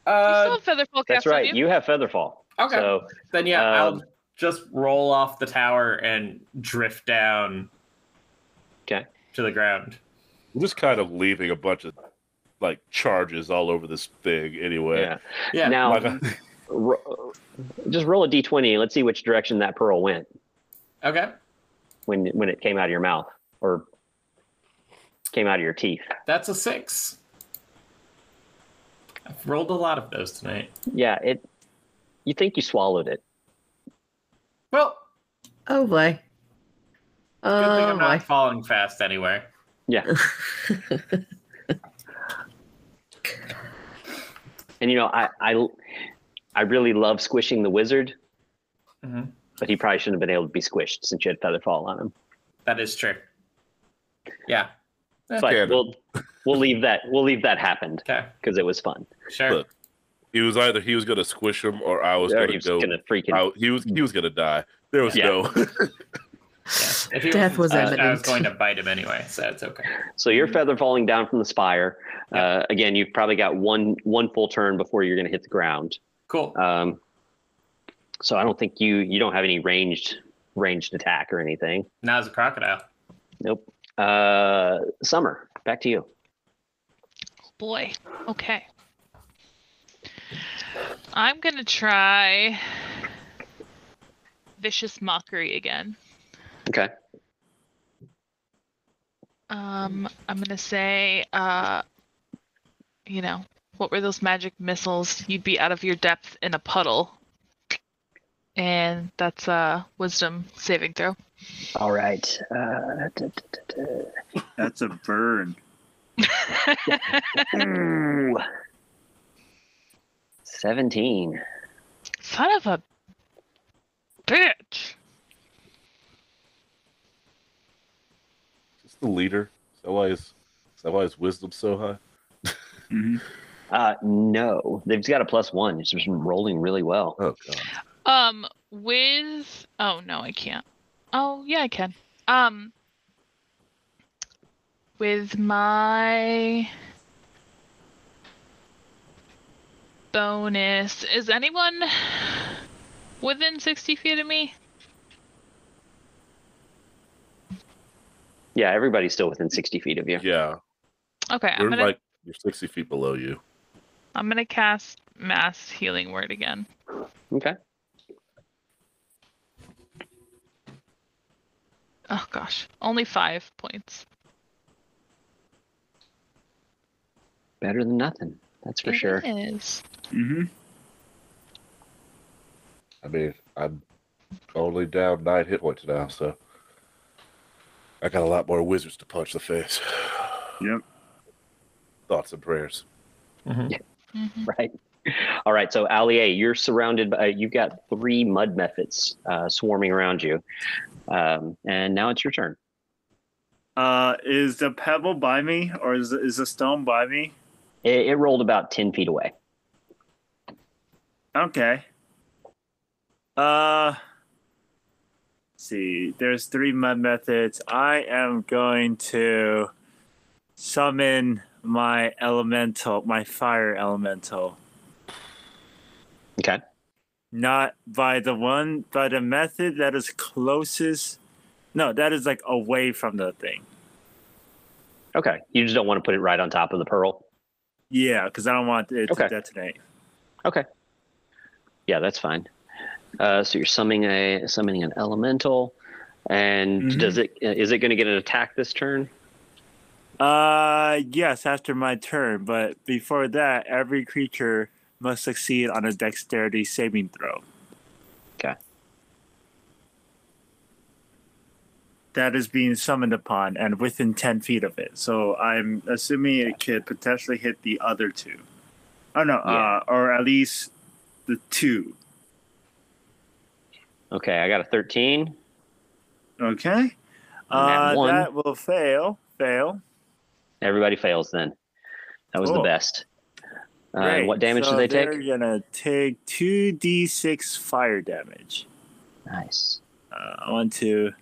[SPEAKER 7] Uh,
[SPEAKER 4] you still have Featherfall
[SPEAKER 3] That's
[SPEAKER 4] cast on
[SPEAKER 3] right. You have featherfall.
[SPEAKER 7] okay.
[SPEAKER 3] So
[SPEAKER 7] Then yeah,
[SPEAKER 3] Um,
[SPEAKER 7] I'll just roll off the tower and drift down.
[SPEAKER 3] 'Kay.
[SPEAKER 7] To the ground.
[SPEAKER 6] I'm just kind of leaving a bunch of like charges all over this thing anyway.
[SPEAKER 3] yeah. Um,
[SPEAKER 7] Yeah.
[SPEAKER 3] Now
[SPEAKER 6] Like I-
[SPEAKER 3] ro- just roll a d20 and let's see which direction that pearl went
[SPEAKER 7] Okay.
[SPEAKER 3] when when it came out of your mouth or came out of your teeth
[SPEAKER 7] That's a six. I've rolled a lot of those tonight.
[SPEAKER 3] yeah it you think you swallowed it
[SPEAKER 7] Well,
[SPEAKER 2] Oh boy.
[SPEAKER 7] good thing
[SPEAKER 2] Oh
[SPEAKER 7] I'm
[SPEAKER 2] boy.
[SPEAKER 7] not falling fast anywhere.
[SPEAKER 3] yeah And you know, I I, I really love squishing the wizard,
[SPEAKER 7] Mhm.
[SPEAKER 3] but he probably shouldn't have been able to be squished since you had feather fall on him.
[SPEAKER 7] That is true. Yeah.
[SPEAKER 3] But
[SPEAKER 6] canon.
[SPEAKER 3] we'll we'll leave that we'll leave that happened
[SPEAKER 7] Okay.
[SPEAKER 3] because it was fun.
[SPEAKER 7] Sure.
[SPEAKER 6] Look, It was either he was gonna squish him or I was
[SPEAKER 3] Or
[SPEAKER 6] gonna
[SPEAKER 3] he was
[SPEAKER 6] go.
[SPEAKER 3] gonna freaking
[SPEAKER 6] I, he was he was gonna die. There was
[SPEAKER 3] Yeah.
[SPEAKER 6] no.
[SPEAKER 7] If he
[SPEAKER 2] Death was
[SPEAKER 7] wasn't touched, I was
[SPEAKER 2] imminent.
[SPEAKER 7] going to bite him anyway, so it's okay.
[SPEAKER 3] So your feather falling down from the spire. Uh, again, you've probably got one one full turn before you're going to hit the ground.
[SPEAKER 7] Cool.
[SPEAKER 3] Um, so I don't think you you don't have any ranged ranged attack or anything.
[SPEAKER 7] now it's a crocodile.
[SPEAKER 3] Nope. Uh, Summer, back to you.
[SPEAKER 4] boy. Okay. I'm going to try Vicious Mockery again.
[SPEAKER 3] Okay.
[SPEAKER 4] Um, I'm going to say, uh, you know, what were those magic missiles? You'd be out of your depth in a puddle. And that's a wisdom saving throw.
[SPEAKER 3] All right. Uh,
[SPEAKER 5] That's a burn.
[SPEAKER 3] Hmm. Seventeen.
[SPEAKER 4] Son of a bitch.
[SPEAKER 6] Just the leader. Is that why his is that why his wisdom's so high?
[SPEAKER 5] Mhm.
[SPEAKER 3] Uh, no, they've got a plus one. It's just rolling really well.
[SPEAKER 6] Oh god.
[SPEAKER 4] Um, with oh no, I can't. Oh yeah, I can. Um, with my bonus, is anyone within sixty feet of me?
[SPEAKER 3] Yeah, everybody's still within sixty feet of you.
[SPEAKER 6] Yeah.
[SPEAKER 4] Okay, I'm
[SPEAKER 6] We're
[SPEAKER 4] gonna
[SPEAKER 6] like you're sixty feet below you.
[SPEAKER 4] I'm gonna cast mass healing word again.
[SPEAKER 3] Okay.
[SPEAKER 4] Oh gosh, only five points.
[SPEAKER 3] Better than nothing. That's for
[SPEAKER 4] It
[SPEAKER 3] sure.
[SPEAKER 4] is.
[SPEAKER 5] Mhm.
[SPEAKER 6] I mean, I'm only down nine hit points now, so I got a lot more wizards to punch the face.
[SPEAKER 5] Yep.
[SPEAKER 6] Thoughts and prayers.
[SPEAKER 4] Mhm.
[SPEAKER 3] right? All right, so Ali A, you're surrounded by, you've got three mud methods uh, swarming around you. Um, and now it's your turn.
[SPEAKER 5] Uh, is the pebble by me or is is the stone by me?
[SPEAKER 3] It, it rolled about 10 feet away.
[SPEAKER 5] Okay. Uh see, there's three mud methods. I am going to summon my elemental, my fire elemental.
[SPEAKER 3] Okay.
[SPEAKER 5] Not by the one by the method that is closest no, that is like away from the thing.
[SPEAKER 3] Okay. You just don't want to put it right on top of the pearl.
[SPEAKER 5] Yeah, because I don't want it
[SPEAKER 3] Okay.
[SPEAKER 5] to detonate.
[SPEAKER 3] Yeah, that's fine. Uh, so you're summoning a summoning an elemental, and
[SPEAKER 5] Mhm.
[SPEAKER 3] does it uh, is it going to get an attack this turn?
[SPEAKER 5] Uh, yes, after my turn, but before that, every creature must succeed on a dexterity saving throw.
[SPEAKER 3] Okay.
[SPEAKER 5] That is being summoned upon and within 10 feet of it. So I'm assuming it could potentially hit the other two. Oh, no,
[SPEAKER 3] Yeah.
[SPEAKER 5] uh, or at least the two.
[SPEAKER 3] Okay, I got a 13.
[SPEAKER 5] Okay.
[SPEAKER 3] And
[SPEAKER 5] Uh,
[SPEAKER 3] one.
[SPEAKER 5] that will fail. Fail.
[SPEAKER 3] Everybody fails then. That was
[SPEAKER 5] Cool.
[SPEAKER 3] the best. Uh,
[SPEAKER 5] Great.
[SPEAKER 3] what damage
[SPEAKER 5] So
[SPEAKER 3] do they take?
[SPEAKER 5] They're gonna take two d6 fire damage.
[SPEAKER 3] Nice.
[SPEAKER 5] Uh, I want to,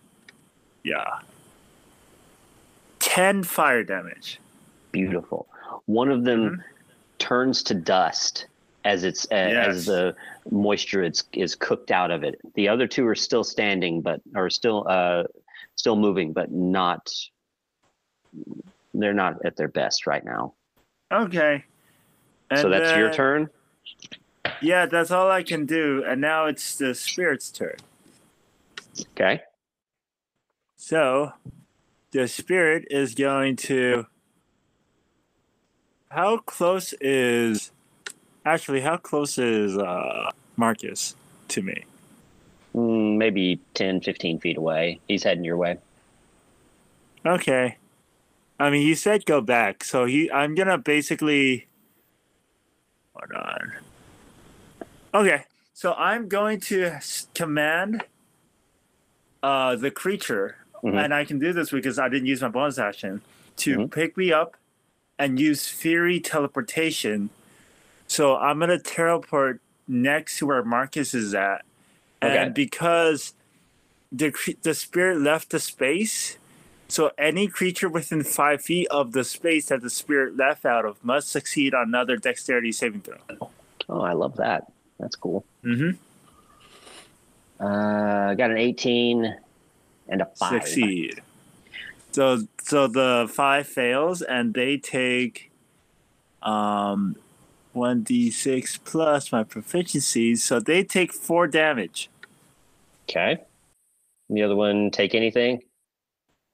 [SPEAKER 5] yeah, ten fire damage.
[SPEAKER 3] beautiful. One of them
[SPEAKER 5] Mm-hmm.
[SPEAKER 3] turns to dust as it's uh, as
[SPEAKER 5] Yes.
[SPEAKER 3] the moisture is is cooked out of it. The other two are still standing, but are still uh, still moving, but not. They're not at their best right now.
[SPEAKER 5] Okay.
[SPEAKER 3] so
[SPEAKER 5] And uh,
[SPEAKER 3] that's your
[SPEAKER 5] then-
[SPEAKER 3] turn.
[SPEAKER 5] Yeah, that's all I can do. And now it's the spirit's turn.
[SPEAKER 3] Okay.
[SPEAKER 5] So, the spirit is going to. How close is, actually, how close is uh, Marcus to me?
[SPEAKER 3] Mm, maybe 10, 15 feet away. He's heading your way.
[SPEAKER 5] Okay. I mean, you said go back, so he. I'm gonna basically. Hold on. Okay, so I'm going to s- command uh, the creature,
[SPEAKER 3] Mhm.
[SPEAKER 5] and I can do this because I didn't use my bonus action to
[SPEAKER 3] Mhm.
[SPEAKER 5] pick me up and use Fury teleportation. So I'm gonna teleport next to where Marcus is at,
[SPEAKER 3] Okay.
[SPEAKER 5] and because the cre- the spirit left the space. So any creature within five feet of the space that the spirit left out of must succeed on another dexterity saving throw.
[SPEAKER 3] Oh, I love that. That's cool.
[SPEAKER 5] Mm-hmm.
[SPEAKER 3] Uh, got an 18 and a 5.
[SPEAKER 5] succeed. So so the five fails and they take um one d six plus my proficiencies, so they take four damage.
[SPEAKER 3] Okay. And the other one take anything?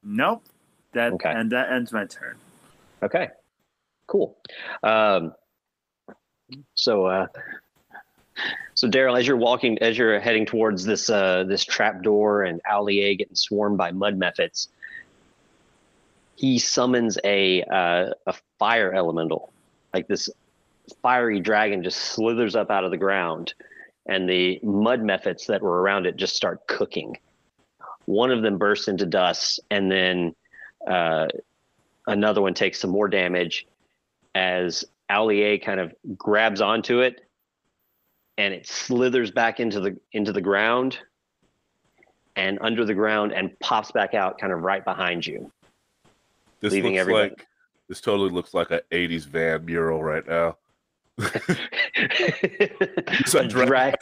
[SPEAKER 5] Nope. That
[SPEAKER 3] Okay.
[SPEAKER 5] and that ends my turn.
[SPEAKER 3] Okay. Cool. Um, so uh, so Daryl, as you're walking, as you're heading towards this uh, this trap door and Allier getting swarmed by mud methods, he summons a uh, a fire elemental, like this fiery dragon just slithers up out of the ground, and the mud methods that were around it just start cooking. One of them bursts into dust, and then uh, another one takes some more damage as Allier kind of grabs onto it and it slithers back into the into the ground and under the ground and pops back out kind of right behind you.
[SPEAKER 6] This
[SPEAKER 3] Leaving
[SPEAKER 6] looks
[SPEAKER 3] everybody-
[SPEAKER 6] like this totally looks like an '80s van mural right now. It's a,
[SPEAKER 3] A
[SPEAKER 6] dra-
[SPEAKER 3] drag-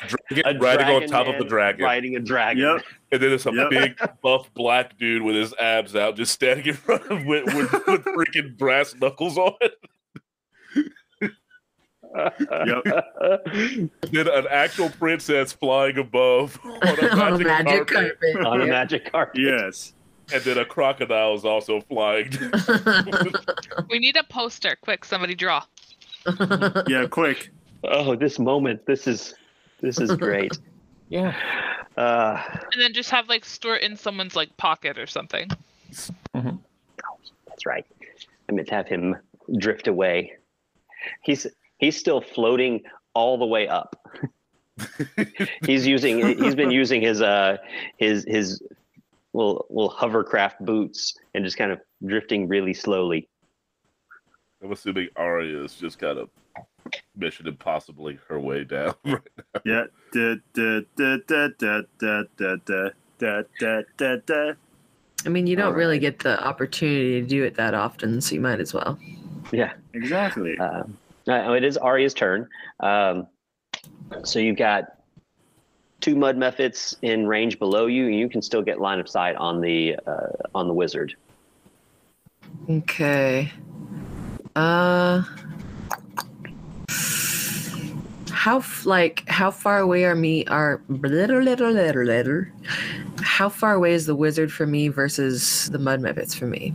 [SPEAKER 6] a dragon
[SPEAKER 3] a
[SPEAKER 6] riding on
[SPEAKER 3] dragon
[SPEAKER 6] top of
[SPEAKER 3] man
[SPEAKER 6] a dragon,
[SPEAKER 3] Riding a dragon.
[SPEAKER 5] Yep.
[SPEAKER 6] and then it's a
[SPEAKER 5] Yep.
[SPEAKER 6] big buff black dude with his abs out, just standing in front of with, with, with freaking brass knuckles on. Then an actual princess flying above on a
[SPEAKER 2] on a Oh,
[SPEAKER 6] magic,
[SPEAKER 2] magic
[SPEAKER 6] carpet,
[SPEAKER 2] carpet.
[SPEAKER 3] On a magic carpet.
[SPEAKER 5] Yes.
[SPEAKER 6] and then a crocodile is also flying.
[SPEAKER 4] We need a poster. Quick, somebody draw.
[SPEAKER 5] Yeah, quick.
[SPEAKER 3] Oh, this moment. This is this is great.
[SPEAKER 7] Yeah.
[SPEAKER 3] Uh,
[SPEAKER 4] And then just have like store it in someone's like pocket or something.
[SPEAKER 3] That's right. I meant to have him drift away. He's he's still floating all the way up. he's using he's been using his uh his his little little hovercraft boots and just kind of drifting really slowly.
[SPEAKER 6] I'm assuming Arya is just kind of Mission Impossibly her way down. Right?
[SPEAKER 5] Yeah. Da, da, da, da, da, da, da, da, da, da, da, da.
[SPEAKER 2] I mean, you don't really
[SPEAKER 3] Alright.
[SPEAKER 2] get the opportunity to do it that often, so you might as well.
[SPEAKER 5] Exactly.
[SPEAKER 3] Um, now it is Arya's turn. Um, so you've got two mud methods in range below you, and you can still get line of sight on the uh, on the wizard.
[SPEAKER 2] Okay. Uh. How f- like how far away are me are little little little little? How far away is the wizard for me versus the mud mippets for me?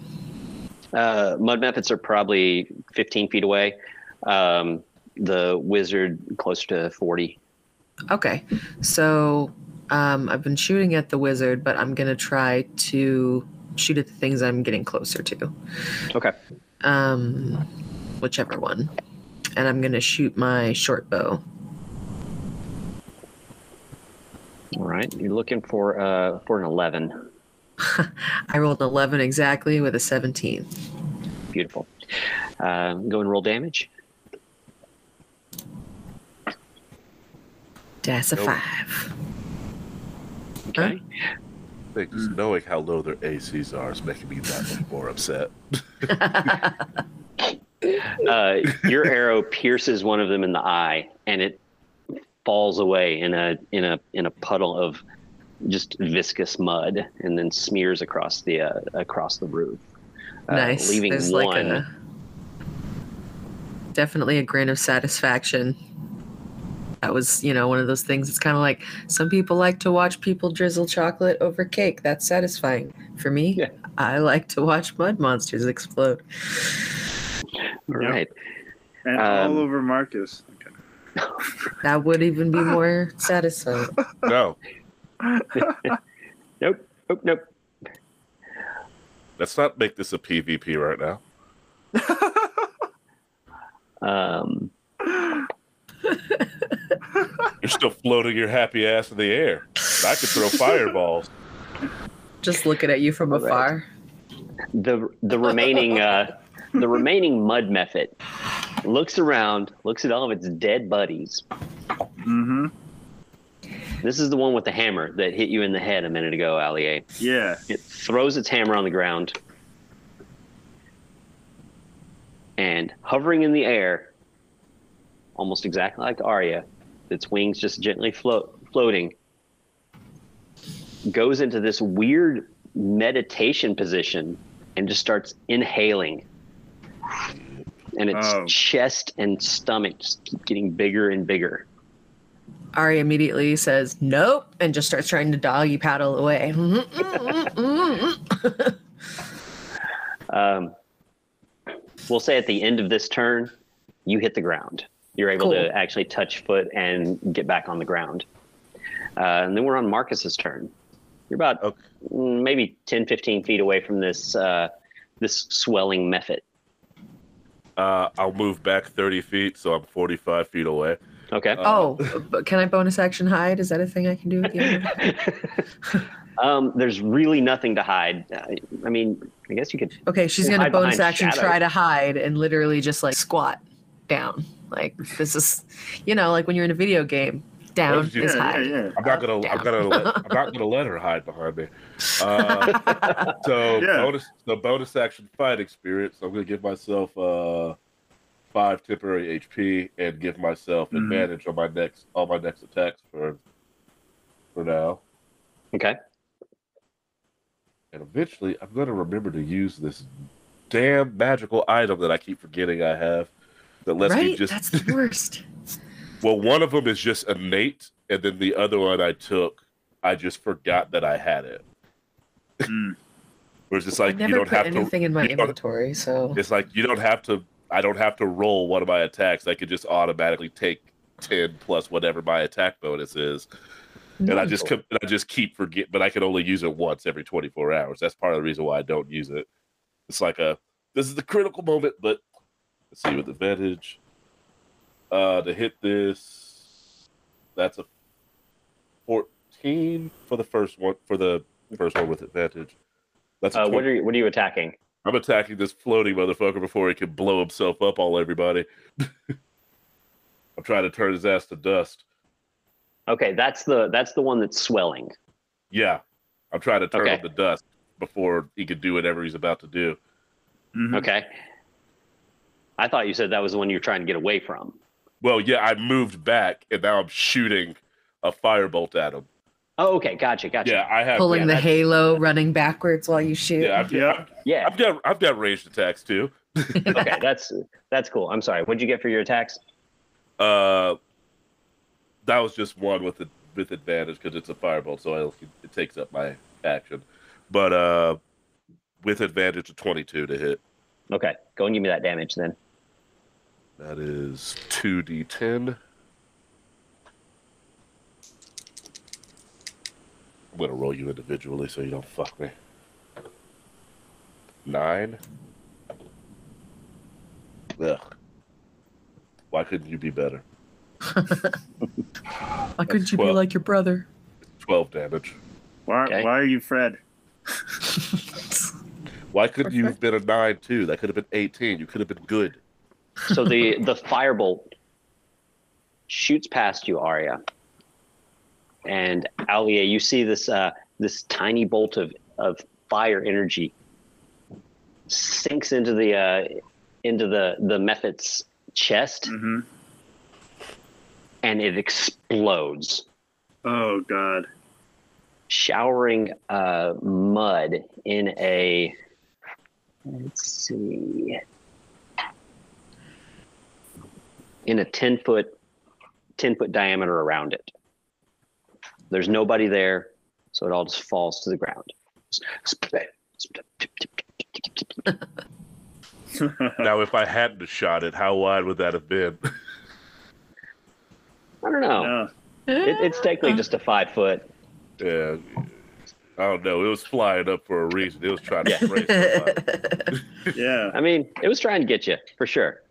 [SPEAKER 3] Uh, mud methods are probably 15 feet away. Um, the wizard closer to 40.
[SPEAKER 2] Okay, so um, I've been shooting at the wizard, but I'm gonna try to shoot at the things I'm getting closer to.
[SPEAKER 3] Okay.
[SPEAKER 2] Um, whichever one, and I'm gonna shoot my short bow.
[SPEAKER 3] All right. You're looking for uh, for an 11.
[SPEAKER 2] I rolled an 11 exactly with a 17.
[SPEAKER 3] Beautiful. Uh, go and roll damage.
[SPEAKER 2] That's a
[SPEAKER 6] Nope.
[SPEAKER 2] five.
[SPEAKER 3] Okay.
[SPEAKER 6] I think just knowing how low their ACs are is making me that much more upset.
[SPEAKER 3] Uh, your arrow pierces one of them in the eye, and it falls away in a in a in a puddle of just viscous mud, and then smears across the uh, across the roof. Uh,
[SPEAKER 2] nice.
[SPEAKER 3] Leaving
[SPEAKER 2] There's
[SPEAKER 3] one.
[SPEAKER 2] like a definitely a grain of satisfaction. That was, you know, one of those things. It's kind of like some people like to watch people drizzle chocolate over cake. That's satisfying. For me,
[SPEAKER 3] Yeah.
[SPEAKER 2] I like to watch mud monsters explode.
[SPEAKER 3] All right.
[SPEAKER 5] And
[SPEAKER 3] um,
[SPEAKER 5] all over Marcus. Okay.
[SPEAKER 2] That would even be more satisfying.
[SPEAKER 6] No,
[SPEAKER 3] Nope. Nope. Nope.
[SPEAKER 6] let's not make this a PvP right now.
[SPEAKER 3] Um,
[SPEAKER 6] You're still floating your happy ass in the air. And I could throw fireballs.
[SPEAKER 2] Just looking at you from
[SPEAKER 3] Right.
[SPEAKER 2] afar.
[SPEAKER 3] the the remaining uh, the remaining mud method looks around, looks at all of its dead buddies.
[SPEAKER 5] Mm-hmm.
[SPEAKER 3] This is the one with the hammer that hit you in the head a minute ago, Allie.
[SPEAKER 5] Yeah.
[SPEAKER 3] It throws its hammer on the ground. And hovering in the air, almost exactly like Arya, its wings just gently float, floating, goes into this weird meditation position and just starts inhaling. And its
[SPEAKER 5] Oh.
[SPEAKER 3] chest and stomach just keep getting bigger and bigger.
[SPEAKER 2] Ari immediately says nope and just starts trying to doggy paddle away.
[SPEAKER 3] Uh-huh. Um, we'll say at the end of this turn, you hit the ground. You're able
[SPEAKER 2] Cool.
[SPEAKER 3] to actually touch foot and get back on the ground. Uh, and then we're on Marcus's turn. You're about
[SPEAKER 6] Okay.
[SPEAKER 3] mm, maybe 10, 15 feet away from this uh, this swelling method.
[SPEAKER 6] Uh, I'll move back 30 feet, so I'm 45 feet away.
[SPEAKER 3] Okay.
[SPEAKER 2] oh, but can I bonus action hide? Is that a thing I can do with you?
[SPEAKER 3] um, there's really nothing to hide. I, I mean, I guess you could. uh,
[SPEAKER 2] Okay, she's
[SPEAKER 3] We'll
[SPEAKER 2] gonna
[SPEAKER 3] hide
[SPEAKER 2] bonus
[SPEAKER 3] behind
[SPEAKER 2] action
[SPEAKER 3] shadows.
[SPEAKER 2] try to hide and literally just like squat down. Like this is, you know, like when you're in a video game, down
[SPEAKER 6] did you-
[SPEAKER 2] is
[SPEAKER 5] Yeah,
[SPEAKER 2] hide.
[SPEAKER 5] yeah,
[SPEAKER 6] I'm not gonna. I'm gonna. Let, I'm not gonna let her hide behind me. Uh, so
[SPEAKER 5] Yeah.
[SPEAKER 6] bonus. The bonus action fighting spirit. So I'm gonna give myself uh, five temporary HP and give myself
[SPEAKER 5] Mhm.
[SPEAKER 6] advantage on my next all my next attacks for for now.
[SPEAKER 3] Okay.
[SPEAKER 6] And eventually, I'm gonna remember to use this damn magical item that I keep forgetting I have. That lets me
[SPEAKER 2] right?
[SPEAKER 6] just
[SPEAKER 2] That's the worst.
[SPEAKER 6] Well, one of them is just innate, and then the other one I took, I just forgot that I had it.
[SPEAKER 5] yeah. Mm.
[SPEAKER 6] Where it's just
[SPEAKER 2] I
[SPEAKER 6] like you
[SPEAKER 2] never
[SPEAKER 6] don't
[SPEAKER 2] put
[SPEAKER 6] have
[SPEAKER 2] anything in my
[SPEAKER 6] you don't-
[SPEAKER 2] inventory, so
[SPEAKER 6] to. It's like you don't have to. I don't have to roll one of my attacks. I could just automatically take ten plus whatever my attack bonus is, and
[SPEAKER 2] Mm.
[SPEAKER 6] I just com- and I just keep forget. But I can only use it once every twenty four hours. That's part of the reason why I don't use it. It's like a this is the critical moment, but let's see with advantage. Uh, to hit this, that's a fourteen for the first one for the first one with advantage. That's a
[SPEAKER 3] Uh,
[SPEAKER 6] 20
[SPEAKER 3] what are you, what are you attacking?
[SPEAKER 6] I'm attacking this floating motherfucker before he can blow himself up all everybody. I'm trying to turn his ass to dust.
[SPEAKER 3] Okay, that's the that's the one that's swelling.
[SPEAKER 6] Yeah, I'm trying to turn
[SPEAKER 3] Okay.
[SPEAKER 6] him to dust before he can do whatever he's about to do.
[SPEAKER 5] Mhm.
[SPEAKER 3] Okay. I thought you said that was the one you were trying to get away from.
[SPEAKER 6] Well, yeah, I moved back and now I'm shooting a firebolt at him.
[SPEAKER 3] Oh, okay. Gotcha. Gotcha.
[SPEAKER 6] Yeah, I have.
[SPEAKER 2] pulling
[SPEAKER 6] yeah,
[SPEAKER 2] the
[SPEAKER 6] I-
[SPEAKER 2] halo, running backwards while you shoot.
[SPEAKER 6] Yeah, I've,
[SPEAKER 5] Yeah.
[SPEAKER 3] Yeah.
[SPEAKER 6] I've got I've got ranged attacks too.
[SPEAKER 3] okay, that's that's cool. I'm sorry. What'd you get for your attacks?
[SPEAKER 6] Uh, that was just one with the, with advantage because it's a firebolt, so I, it takes up my action. But uh, with advantage, a 22 to hit.
[SPEAKER 3] Okay, go and give me that damage then.
[SPEAKER 6] That is 2d10. I'm going to roll you individually so you don't fuck me. Nine. Ugh. Why couldn't you be better?
[SPEAKER 2] Why couldn't you be
[SPEAKER 6] Well-
[SPEAKER 2] like your brother?
[SPEAKER 6] 12 damage.
[SPEAKER 5] Why,
[SPEAKER 3] Okay.
[SPEAKER 5] why are you Fred?
[SPEAKER 6] Why couldn't you have been a nine, too? That could have been 18. You could have been good.
[SPEAKER 3] So the the firebolt shoots past you, Arya, and Alia. You see this uh, this tiny bolt of of fire energy sinks into the uh, into the the Mephit's chest,
[SPEAKER 5] Mm-hmm.
[SPEAKER 3] and it explodes.
[SPEAKER 5] Oh God.
[SPEAKER 3] showering uh, mud in a let's see in a 10 foot 10 foot diameter around it there's nobody there so it all just falls to the ground
[SPEAKER 6] Now, if I hadn't have shot it, how wide would that have been?
[SPEAKER 3] i don't know
[SPEAKER 2] Oh.
[SPEAKER 5] No.
[SPEAKER 3] it, it's technically just a five foot
[SPEAKER 6] yeah. I don't know. It was flying up for a reason. It was trying to break somebody.
[SPEAKER 5] Yeah.
[SPEAKER 3] i mean it was trying to get you for sure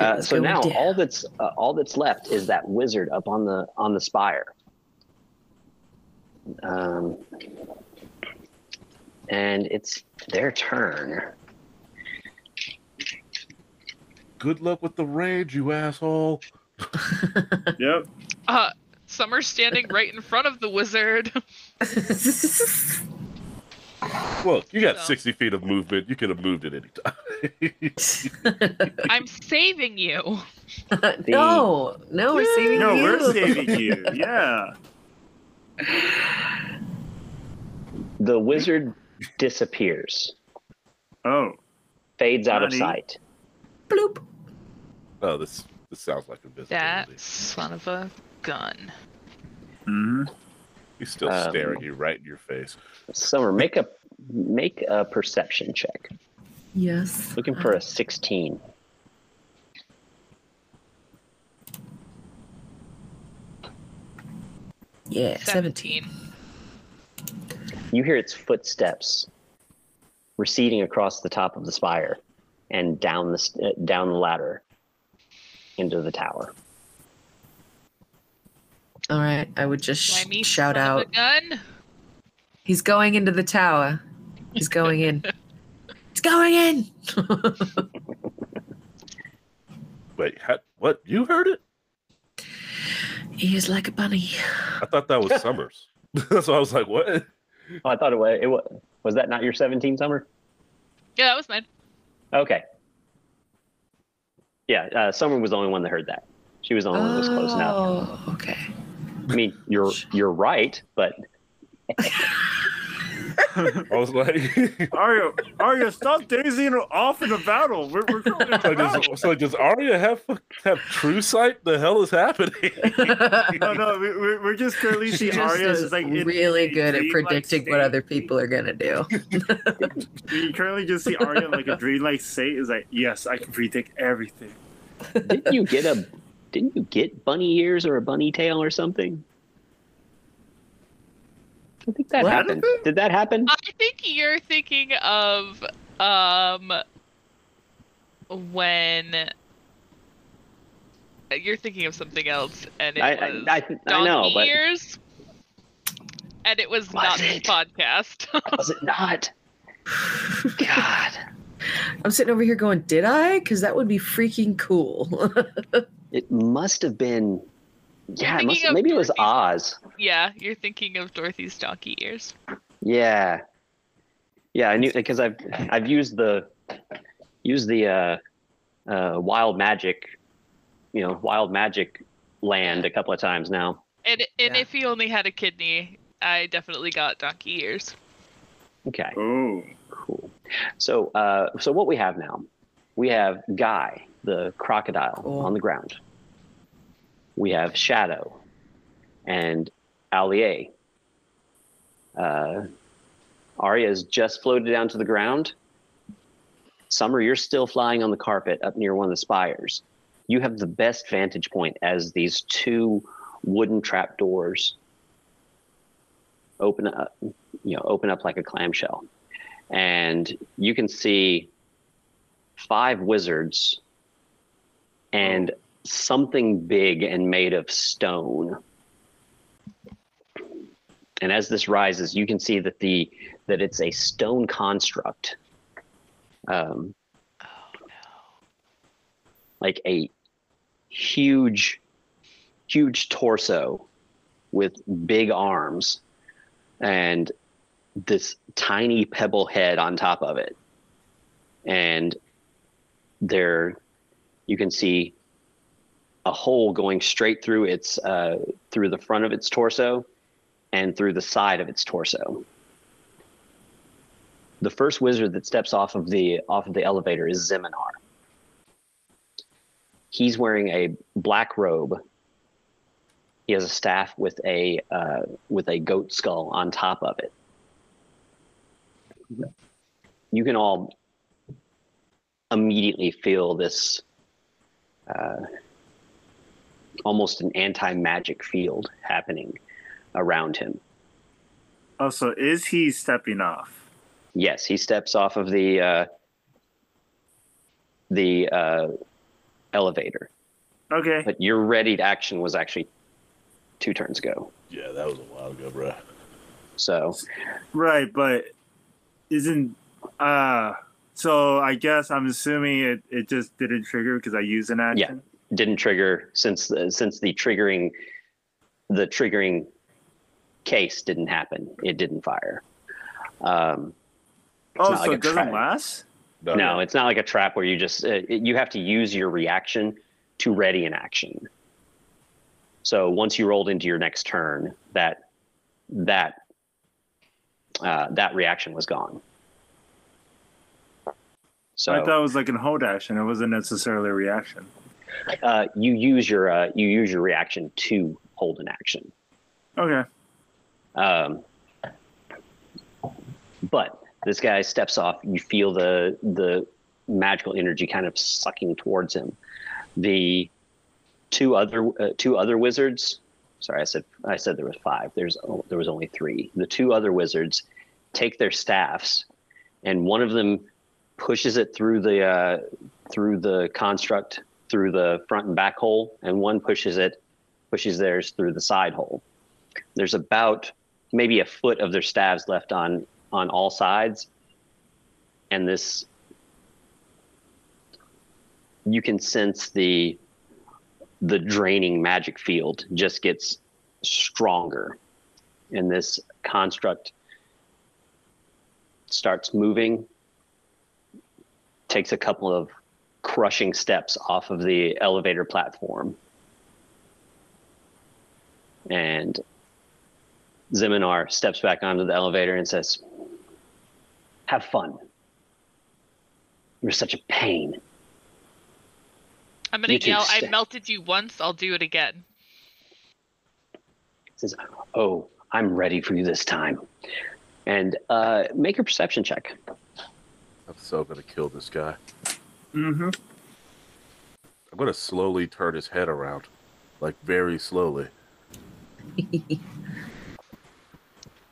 [SPEAKER 3] Uh,
[SPEAKER 2] Shit's
[SPEAKER 3] so
[SPEAKER 2] going
[SPEAKER 3] now
[SPEAKER 2] down.
[SPEAKER 3] all that's uh, all that's left is that wizard up on the on the spire. Um, and it's their turn.
[SPEAKER 6] Good luck with the rage, you asshole.
[SPEAKER 5] Yep.
[SPEAKER 4] Uh, Summer's standing right in front of the wizard.
[SPEAKER 6] Look, you got
[SPEAKER 4] So-
[SPEAKER 6] 60 feet of movement. You could have moved at any time.
[SPEAKER 4] I'm saving you.
[SPEAKER 2] no, no, we're saving
[SPEAKER 5] No,
[SPEAKER 2] you.
[SPEAKER 5] we're saving you. Yeah.
[SPEAKER 3] The wizard disappears,
[SPEAKER 5] Oh,
[SPEAKER 3] fades out of
[SPEAKER 5] Honey.
[SPEAKER 3] sight.
[SPEAKER 2] Bloop.
[SPEAKER 6] oh, this this sounds like invisibility.
[SPEAKER 4] That son of a gun.
[SPEAKER 5] mhm.
[SPEAKER 6] He's still
[SPEAKER 3] Um,
[SPEAKER 6] staring you right in your face.
[SPEAKER 3] Summer, make a make a perception check.
[SPEAKER 2] Yes. Uh,
[SPEAKER 3] Looking for a sixteen.
[SPEAKER 2] Yeah, 17.
[SPEAKER 4] 17.
[SPEAKER 3] You hear its footsteps receding across the top of the spire and down the st- uh, down the ladder into the tower.
[SPEAKER 2] All right, I would just
[SPEAKER 4] Why me,
[SPEAKER 2] sh- shout
[SPEAKER 4] son of a
[SPEAKER 2] out.
[SPEAKER 4] gun?
[SPEAKER 2] He's going into the tower. He's going in. He's going in.
[SPEAKER 6] Wait, ha- what? You heard it?
[SPEAKER 2] He is like a bunny.
[SPEAKER 6] I thought that was Summers. That's why I was like, what?
[SPEAKER 3] Oh, I thought it was, it was. Was that not your 17 summer?
[SPEAKER 4] Yeah, that was mine.
[SPEAKER 3] Okay. Yeah, uh, Summer was the only one that heard that. She was the only one that was close enough.
[SPEAKER 2] Oh, okay.
[SPEAKER 3] I mean, you're you're right, but
[SPEAKER 6] I was like,
[SPEAKER 5] Ario, Ario, stop dazing her off in a battle. We're, we're going in a
[SPEAKER 6] so does,
[SPEAKER 5] battle.
[SPEAKER 6] so does Arya have have true sight? The hell is happening?
[SPEAKER 5] No, no, we, we- we're just currently
[SPEAKER 2] she
[SPEAKER 5] seeing
[SPEAKER 2] just
[SPEAKER 5] Aria
[SPEAKER 2] is
[SPEAKER 5] is like in
[SPEAKER 2] really
[SPEAKER 5] a
[SPEAKER 2] good at
[SPEAKER 5] dreamlike
[SPEAKER 2] predicting
[SPEAKER 5] state.
[SPEAKER 2] what other people are gonna do.
[SPEAKER 5] We currently just see Aria in like a dreamlike state. Is like, yes, I can predict everything.
[SPEAKER 3] didn't you get a didn't you get bunny ears or a bunny tail or something? I think that
[SPEAKER 2] What?
[SPEAKER 3] happened. Did that happen?
[SPEAKER 4] I think you're thinking of um when uh, you're thinking of something else, and it
[SPEAKER 3] I I,
[SPEAKER 4] was
[SPEAKER 3] I, I
[SPEAKER 4] donkey
[SPEAKER 3] know, but
[SPEAKER 4] ears, and it was,
[SPEAKER 3] Was
[SPEAKER 4] not this
[SPEAKER 3] it?
[SPEAKER 4] podcast.
[SPEAKER 3] was it not? God.
[SPEAKER 2] I'm sitting over here going, "Did I?" Because that would be freaking cool.
[SPEAKER 3] It must have been. Yeah, it
[SPEAKER 4] Thinking
[SPEAKER 3] must,
[SPEAKER 4] of
[SPEAKER 3] maybe it was
[SPEAKER 4] Dorothy's-
[SPEAKER 3] Oz.
[SPEAKER 4] yeah, you're thinking of Dorothy's donkey ears.
[SPEAKER 3] Yeah, yeah. I knew because I've I've used the used the uh, uh, wild magic, you know, wild magic land a couple of times now.
[SPEAKER 4] And and
[SPEAKER 2] Yeah.
[SPEAKER 4] if he only had a kidney, I definitely got donkey ears.
[SPEAKER 3] Okay,
[SPEAKER 5] Oh,
[SPEAKER 3] cool. So uh, so what we have now, we have Guy the crocodile
[SPEAKER 2] Cool.
[SPEAKER 3] on the ground. We have Shadow, and Allier. Uh, Arya has just floated down to the ground. Summer, you're still flying on the carpet up near one of the spires. You have the best vantage point as these two wooden trap doors open up, you know, open up like a clamshell. And you can see five wizards and something big and made of stone. And as this rises, you can see that the that it's a stone construct, um,
[SPEAKER 4] Oh no.
[SPEAKER 3] like a huge, huge torso with big arms, and this tiny pebble head on top of it. And there, you can see a hole going straight through its uh, through the front of its torso and through the side of its torso. The first wizard that steps off of the off of the elevator is Zeminar. He's wearing a black robe. He has a staff with a uh, with a goat skull on top of it. You can all immediately feel this uh, almost an anti-magic field happening around him.
[SPEAKER 5] also, Oh, is he stepping off?
[SPEAKER 3] Yes, he steps off of the uh, the uh, elevator.
[SPEAKER 5] Okay.
[SPEAKER 3] But your readied action was actually two turns ago.
[SPEAKER 6] Yeah, that was a while ago, bro.
[SPEAKER 3] So
[SPEAKER 5] Right, but isn't uh so I guess I'm assuming it, it just didn't trigger because I used an action.
[SPEAKER 3] didn't trigger since the, since the triggering the triggering case didn't happen. It didn't fire. Um, It's
[SPEAKER 5] Oh,
[SPEAKER 3] not like
[SPEAKER 5] so
[SPEAKER 3] a
[SPEAKER 5] it doesn't
[SPEAKER 3] trap.
[SPEAKER 5] last?
[SPEAKER 3] no, it's not like a trap where you just uh, it- you have to use your reaction to ready an action. So once you rolled into your next turn, that that uh, that reaction was gone. So
[SPEAKER 5] I thought it was like a hold action. It wasn't necessarily a reaction.
[SPEAKER 3] uh, you use your uh, you use your reaction to hold an action.
[SPEAKER 5] Okay.
[SPEAKER 3] Um, but this guy steps off. You feel the the magical energy kind of sucking towards him. The two other uh, two other wizards. Sorry, I said I said there was five. There's o- there was only three. The two other wizards take their staffs, and one of them pushes it through the uh, through the construct through the front and back hole, and one pushes it pushes theirs through the side hole there's about maybe a foot of their staves left on on all sides and this you can sense the the draining magic field just gets stronger and this construct starts moving takes a couple of crushing steps off of the elevator platform and Zeminar steps back onto the elevator and says, Have fun. You're such a pain.
[SPEAKER 4] I'm gonna
[SPEAKER 3] You two
[SPEAKER 4] yell, I
[SPEAKER 3] stay.
[SPEAKER 4] melted you once, I'll do it again.
[SPEAKER 3] He says, Oh, I'm ready for you this time. And uh, make a perception check.
[SPEAKER 6] I'm so gonna kill this guy.
[SPEAKER 5] Mm-hmm.
[SPEAKER 6] I'm gonna slowly turn his head around, like very slowly.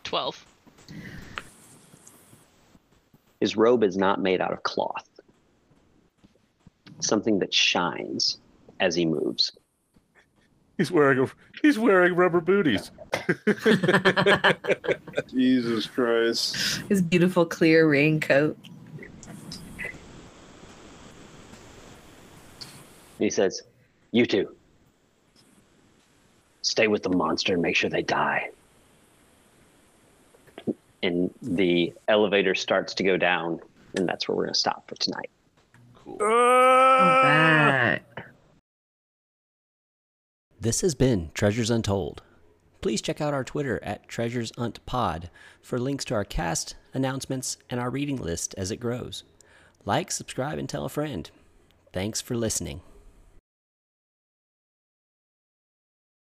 [SPEAKER 4] Twelve.
[SPEAKER 3] His robe is not made out of cloth, something that shines as he moves.
[SPEAKER 6] He's wearing a, he's wearing rubber booties.
[SPEAKER 8] Jesus Christ.
[SPEAKER 2] His beautiful clear raincoat.
[SPEAKER 3] And he says, You two, stay with the monster and make sure they die. And the elevator starts to go down, and that's where we're going to stop for tonight.
[SPEAKER 6] Cool.
[SPEAKER 2] Oh, that.
[SPEAKER 1] This has been Treasures Untold. Please check out our Twitter at TreasuresUntPod for links to our cast, announcements, and our reading list as it grows. Like, subscribe, and tell a friend. Thanks for listening.